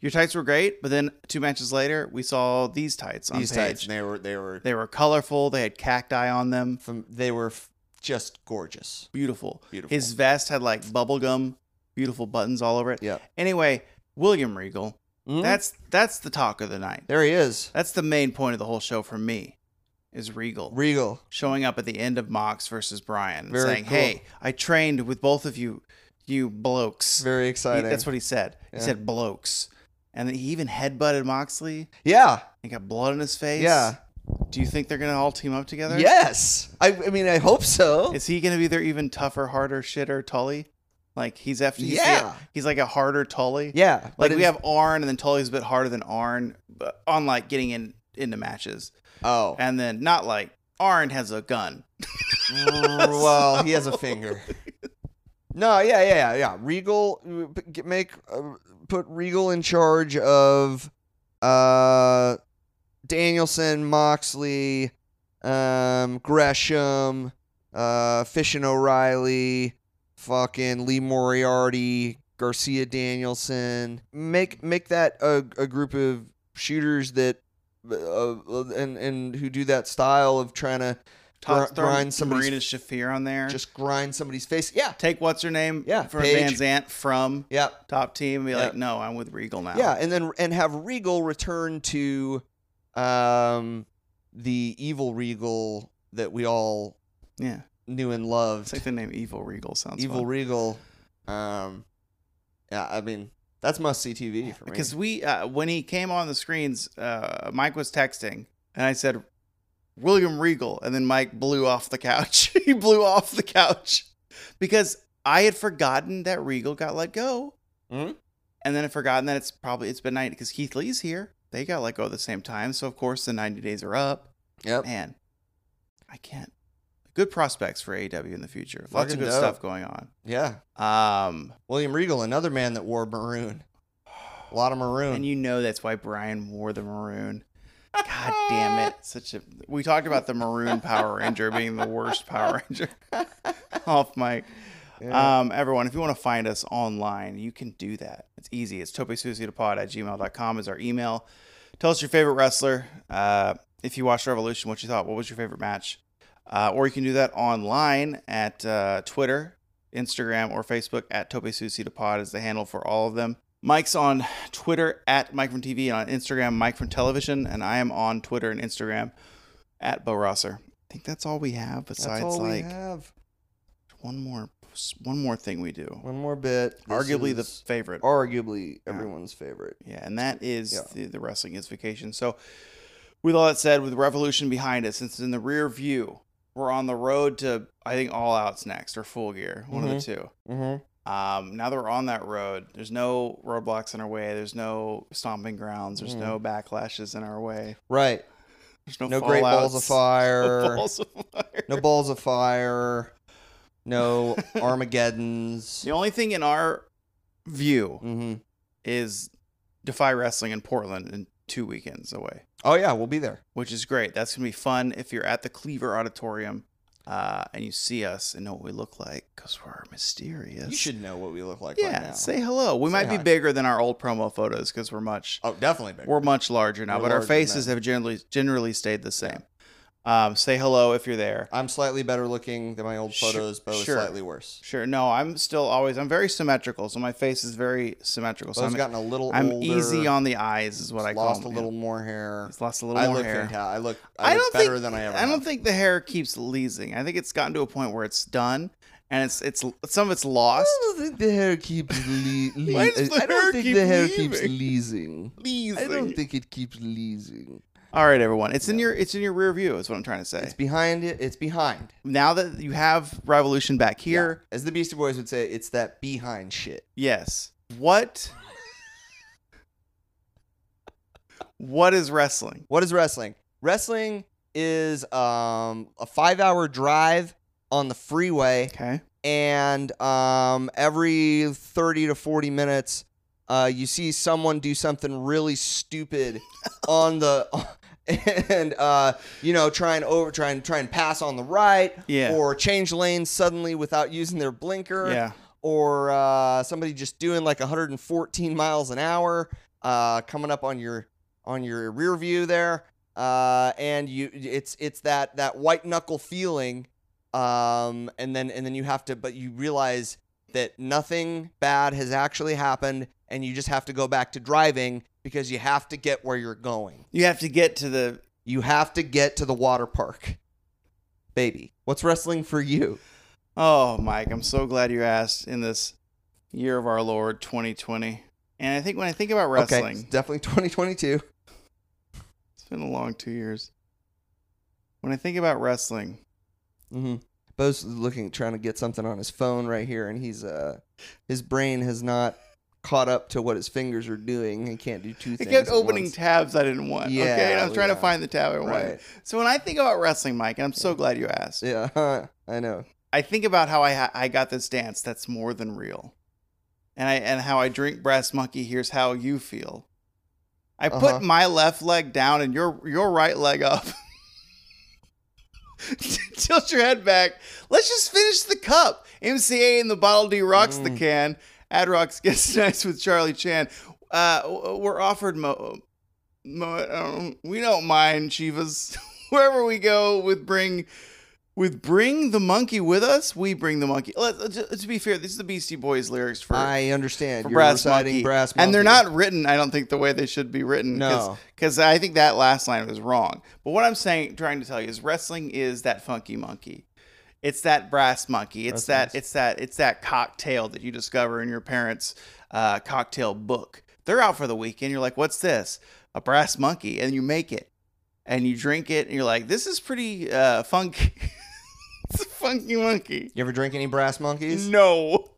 Speaker 1: Your tights were great, but then two matches later, we saw these tights on
Speaker 2: These
Speaker 1: Page.
Speaker 2: tights. They were they were
Speaker 1: They were colorful. They had cacti on them.
Speaker 2: from, they were f- just gorgeous.
Speaker 1: Beautiful.
Speaker 2: Beautiful.
Speaker 1: His vest had like bubblegum, beautiful buttons all over it.
Speaker 2: Yep.
Speaker 1: Anyway, William Regal.
Speaker 2: Mhm.
Speaker 1: That's that's the talk of the night.
Speaker 2: there he is.
Speaker 1: That's the main point of the whole show for me. Is Regal
Speaker 2: Regal.
Speaker 1: showing up at the end of Mox versus Brian and
Speaker 2: Very
Speaker 1: saying,
Speaker 2: cool.
Speaker 1: "Hey, I trained with both of you, you blokes."
Speaker 2: Very
Speaker 1: He-
Speaker 2: exciting.
Speaker 1: that's what he said.
Speaker 2: Yeah.
Speaker 1: He said blokes, and then he even headbutted Moxley
Speaker 2: yeah.
Speaker 1: and got blood on his face.
Speaker 2: Yeah.
Speaker 1: Do you think they're gonna all team up together?
Speaker 2: Yes. I, I mean, I hope so.
Speaker 1: Is he gonna be their even tougher, harder shitter Tully? Like he's after he's the-
Speaker 2: Yeah.
Speaker 1: he's like a harder Tully.
Speaker 2: yeah.
Speaker 1: Like
Speaker 2: in-
Speaker 1: we have Arn and then Tully's a bit harder than Arn, but on like getting in into matches.
Speaker 2: Oh.
Speaker 1: And then not like Arn has a gun.
Speaker 2: Mm, well, he has a finger. No, yeah, yeah, yeah, yeah. Regal, uh, p- g- make uh, put Regal in charge of uh, Danielson, Moxley, um, Gresham, uh, Fish and O'Reilly, fucking Lee Moriarty, Garcia Danielson. Make make that a, a group of shooters that uh, uh, and and who do that style of trying to
Speaker 1: Toss-
Speaker 2: Gr-
Speaker 1: throw
Speaker 2: grind somebody's-
Speaker 1: Marina Shafir on there.
Speaker 2: just grind somebody's face. Yeah.
Speaker 1: take what's her name
Speaker 2: Yeah,
Speaker 1: from
Speaker 2: Paige.
Speaker 1: Van Zant from
Speaker 2: Yeah.
Speaker 1: top team and be
Speaker 2: Yeah.
Speaker 1: like, no, I'm with Regal now.
Speaker 2: Yeah, and then and have Regal return to um the evil Regal that we all
Speaker 1: Yeah.
Speaker 2: knew and
Speaker 1: It's
Speaker 2: loved.
Speaker 1: like the name Evil Regal sounds
Speaker 2: evil
Speaker 1: fun.
Speaker 2: Regal. Um yeah, I mean, that's must see TV for me.
Speaker 1: Because we, uh, when he came on the screens, uh, Mike was texting, and I said, "William Regal," and then Mike blew off the couch. he blew off the couch because I had forgotten that Regal got let go,
Speaker 2: Mhm.
Speaker 1: and then I'd forgotten that it's probably it's been ninety because Keith Lee's here. They got let go at the same time, so of course the ninety days are up.
Speaker 2: yep.
Speaker 1: Man, I can't. Good prospects for AEW in the future. Lots
Speaker 2: Fucking
Speaker 1: of good
Speaker 2: dope.
Speaker 1: stuff going on.
Speaker 2: Yeah.
Speaker 1: Um,
Speaker 2: William Regal, another man that wore maroon. A lot of maroon.
Speaker 1: And you know that's why Brian wore the maroon. God damn it. Such a we talked about the maroon Power Ranger being the worst Power Ranger. Off mic.
Speaker 2: Yeah.
Speaker 1: Um, everyone, if you want to find us online, you can do that. It's easy. It's topesuicidapod at gmail.com is our email. Tell us your favorite wrestler. Uh, if you watched Revolution, what you thought, what was your favorite match? Uh, or you can do that online at uh, Twitter Instagram, or Facebook at Tope Suicida Pod is the handle for all of them. Mike's on Twitter at Mike from TV, on Instagram, Mike from Television, and I am on Twitter and Instagram at Bo Rosser. I think that's all we have
Speaker 2: That's
Speaker 1: besides
Speaker 2: all we
Speaker 1: like
Speaker 2: have.
Speaker 1: one more one more thing we do.
Speaker 2: One more bit. This
Speaker 1: Arguably the
Speaker 2: is
Speaker 1: favorite.
Speaker 2: arguably everyone's favorite.
Speaker 1: Yeah, and that is
Speaker 2: Yeah.
Speaker 1: the, the wrestling is vacation. So, with all that said, with Revolution behind us, since it's in the rear view, we're on the road to I think All Out's next or Full Gear, one of
Speaker 2: Mhm.
Speaker 1: the two.
Speaker 2: Mm-hmm.
Speaker 1: Um, now that we're on that road, there's no roadblocks in our way. There's no stomping grounds. There's no backlashes in our way.
Speaker 2: Right.
Speaker 1: There's no
Speaker 2: Mm-hmm. No great balls of
Speaker 1: fallouts,
Speaker 2: fire.
Speaker 1: No balls of fire.
Speaker 2: No balls of fire. No Armageddons.
Speaker 1: The only thing in our view
Speaker 2: hmm
Speaker 1: is Defy Wrestling in Portland in two weekends away.
Speaker 2: Oh yeah, we'll be there.
Speaker 1: which is great. That's gonna be fun if you're at the Cleaver Auditorium uh, and you see us and know what we look like because we're mysterious.
Speaker 2: You should know what we look like.
Speaker 1: yeah,
Speaker 2: Right now.
Speaker 1: say hello. We
Speaker 2: Say
Speaker 1: might be
Speaker 2: hi.
Speaker 1: bigger than our old promo photos because we're much
Speaker 2: Oh, definitely big.
Speaker 1: we're much larger now,
Speaker 2: We're
Speaker 1: but our
Speaker 2: larger
Speaker 1: faces
Speaker 2: now.
Speaker 1: have generally generally stayed the same. Um, say hello if you're there.
Speaker 2: I'm slightly better looking than my old
Speaker 1: Sure-
Speaker 2: photos, but
Speaker 1: sure.
Speaker 2: slightly worse.
Speaker 1: Sure. No, I'm still always I'm very symmetrical, so my face is very symmetrical. So
Speaker 2: Bo's
Speaker 1: I'm,
Speaker 2: gotten a little.
Speaker 1: I'm
Speaker 2: older,
Speaker 1: easy on the eyes, is what I call.
Speaker 2: lost a
Speaker 1: them.
Speaker 2: little more hair.
Speaker 1: It's lost a little
Speaker 2: I
Speaker 1: more
Speaker 2: look
Speaker 1: hair.
Speaker 2: fantastic. I look. I, look better
Speaker 1: think,
Speaker 2: than I ever.
Speaker 1: I don't
Speaker 2: have.
Speaker 1: think the hair keeps leasing. I think it's gotten to a point where it's done, and it's it's some of it's lost.
Speaker 5: don't think the hair keeps le- le-
Speaker 1: Why does the
Speaker 5: I don't
Speaker 1: hair
Speaker 5: think
Speaker 1: keep
Speaker 5: the hair keeps
Speaker 1: leaving?
Speaker 5: leasing. I don't think it keeps leasing.
Speaker 1: All right, everyone, it's in your it's in your rear view. Is what I'm trying to say.
Speaker 2: It's behind it. It's behind.
Speaker 1: now that you have Revolution back here,
Speaker 2: Yeah. as the Beastie Boys would say, it's that behind shit.
Speaker 1: yes. What? what is wrestling?
Speaker 2: What is wrestling? Wrestling is um, a five-hour drive on the freeway.
Speaker 1: Okay.
Speaker 2: and um, every 30 to 40 minutes uh, you see someone do something really stupid on the and uh, you know try and over try and try and pass on the right
Speaker 1: Yeah.
Speaker 2: or change lanes suddenly without using their blinker
Speaker 1: Yeah.
Speaker 2: or uh, somebody just doing like 114 miles an hour uh, coming up on your on your rear view there uh, and you it's it's that that white knuckle feeling um, and then and then you have to but you realize that nothing bad has actually happened and you just have to go back to driving because you have to get where you're going
Speaker 1: You have to get to the
Speaker 2: you have to get to the water park baby what's wrestling for you
Speaker 1: Oh, Mike, I'm so glad you asked in this year of our Lord 2020. And I think when I think about
Speaker 2: okay it's
Speaker 1: wrestling,
Speaker 2: definitely 2022
Speaker 1: it's been a long two years. When I think about wrestling,
Speaker 2: Mm-hmm. Bo's looking, trying to get something on his phone right here, and he's uh, his brain has not caught up to what his fingers are doing. He can't do two
Speaker 1: I
Speaker 2: things.
Speaker 1: kept
Speaker 2: at
Speaker 1: opening
Speaker 2: once.
Speaker 1: tabs I didn't want.
Speaker 2: Yeah,
Speaker 1: okay, and I was trying to
Speaker 2: yeah.
Speaker 1: find the tab I wanted.
Speaker 2: Right.
Speaker 1: So when I think about wrestling, Mike, and I'm so glad you asked,
Speaker 2: Yeah, huh, I know.
Speaker 1: I think about how I ha- I got this dance that's more than real, and I and how I drink brass monkey. Here's how you feel. I put
Speaker 2: Uh-huh.
Speaker 1: my left leg down and your your right leg up. Tilt your head back. Let's just finish the cup. MCA in the bottle D rocks the can. Adrox gets nice with Charlie Chan. Uh, w- we're offered mo. mo- um, we don't mind Chivas. Wherever we go with bring with bring the monkey with us, we bring the monkey. Let, let- to, to be fair, this is the Beastie Boys lyrics for,
Speaker 2: I understand.
Speaker 1: for
Speaker 2: You're
Speaker 1: Brass
Speaker 2: reciting
Speaker 1: Monkey,
Speaker 2: brass,
Speaker 1: and they're
Speaker 2: monkey.
Speaker 1: not written. I don't think the way they should be written.
Speaker 2: No.
Speaker 1: because I think that last line was wrong. But what I'm saying, trying to tell you, is wrestling is that funky monkey. It's that brass monkey. It's that. It's that. It's that cocktail that you discover in your parents' uh, cocktail book. They're out for the weekend. You're like, what's this? A brass monkey, and you make it, and you drink it, and you're like, this is pretty uh, funky. it's a funky monkey.
Speaker 2: You ever drink any brass monkeys?
Speaker 1: No.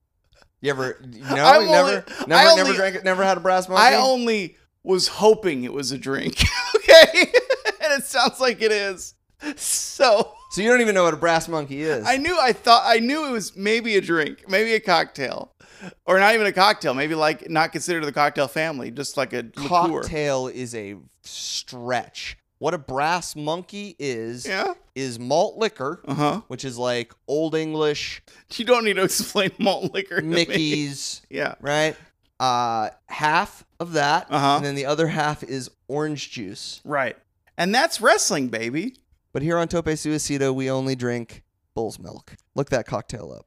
Speaker 2: You ever? No,
Speaker 1: I'm
Speaker 2: you never,
Speaker 1: only-
Speaker 2: never,
Speaker 1: I
Speaker 2: never
Speaker 1: only-
Speaker 2: drank it. Never had a brass monkey.
Speaker 1: I only was hoping it was a drink. okay. and it sounds like it is. So
Speaker 2: so you don't even know what a brass monkey is.
Speaker 1: I knew I thought I knew it was maybe a drink, maybe a cocktail. Or not even a cocktail, maybe like not considered the cocktail family, just like a liqueur.
Speaker 2: Cocktail is a stretch. What a brass monkey is
Speaker 1: Yeah.
Speaker 2: is malt liquor.
Speaker 1: Uh huh.
Speaker 2: which is like old English
Speaker 1: You don't need to explain malt liquor. to me.
Speaker 2: Mickey's,
Speaker 1: Yeah.
Speaker 2: right? Uh, half of that,
Speaker 1: Uh-huh.
Speaker 2: and then the other half is orange juice.
Speaker 1: Right. And that's wrestling, baby.
Speaker 2: But here on Tope Suicida, we only drink bull's milk. Look that cocktail up.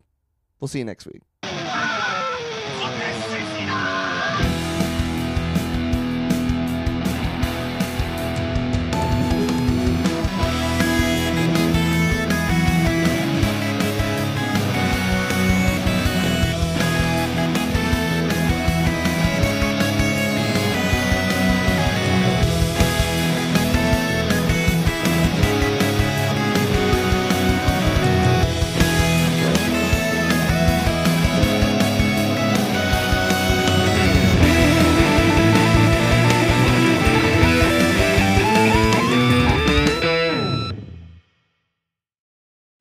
Speaker 2: We'll see you next week.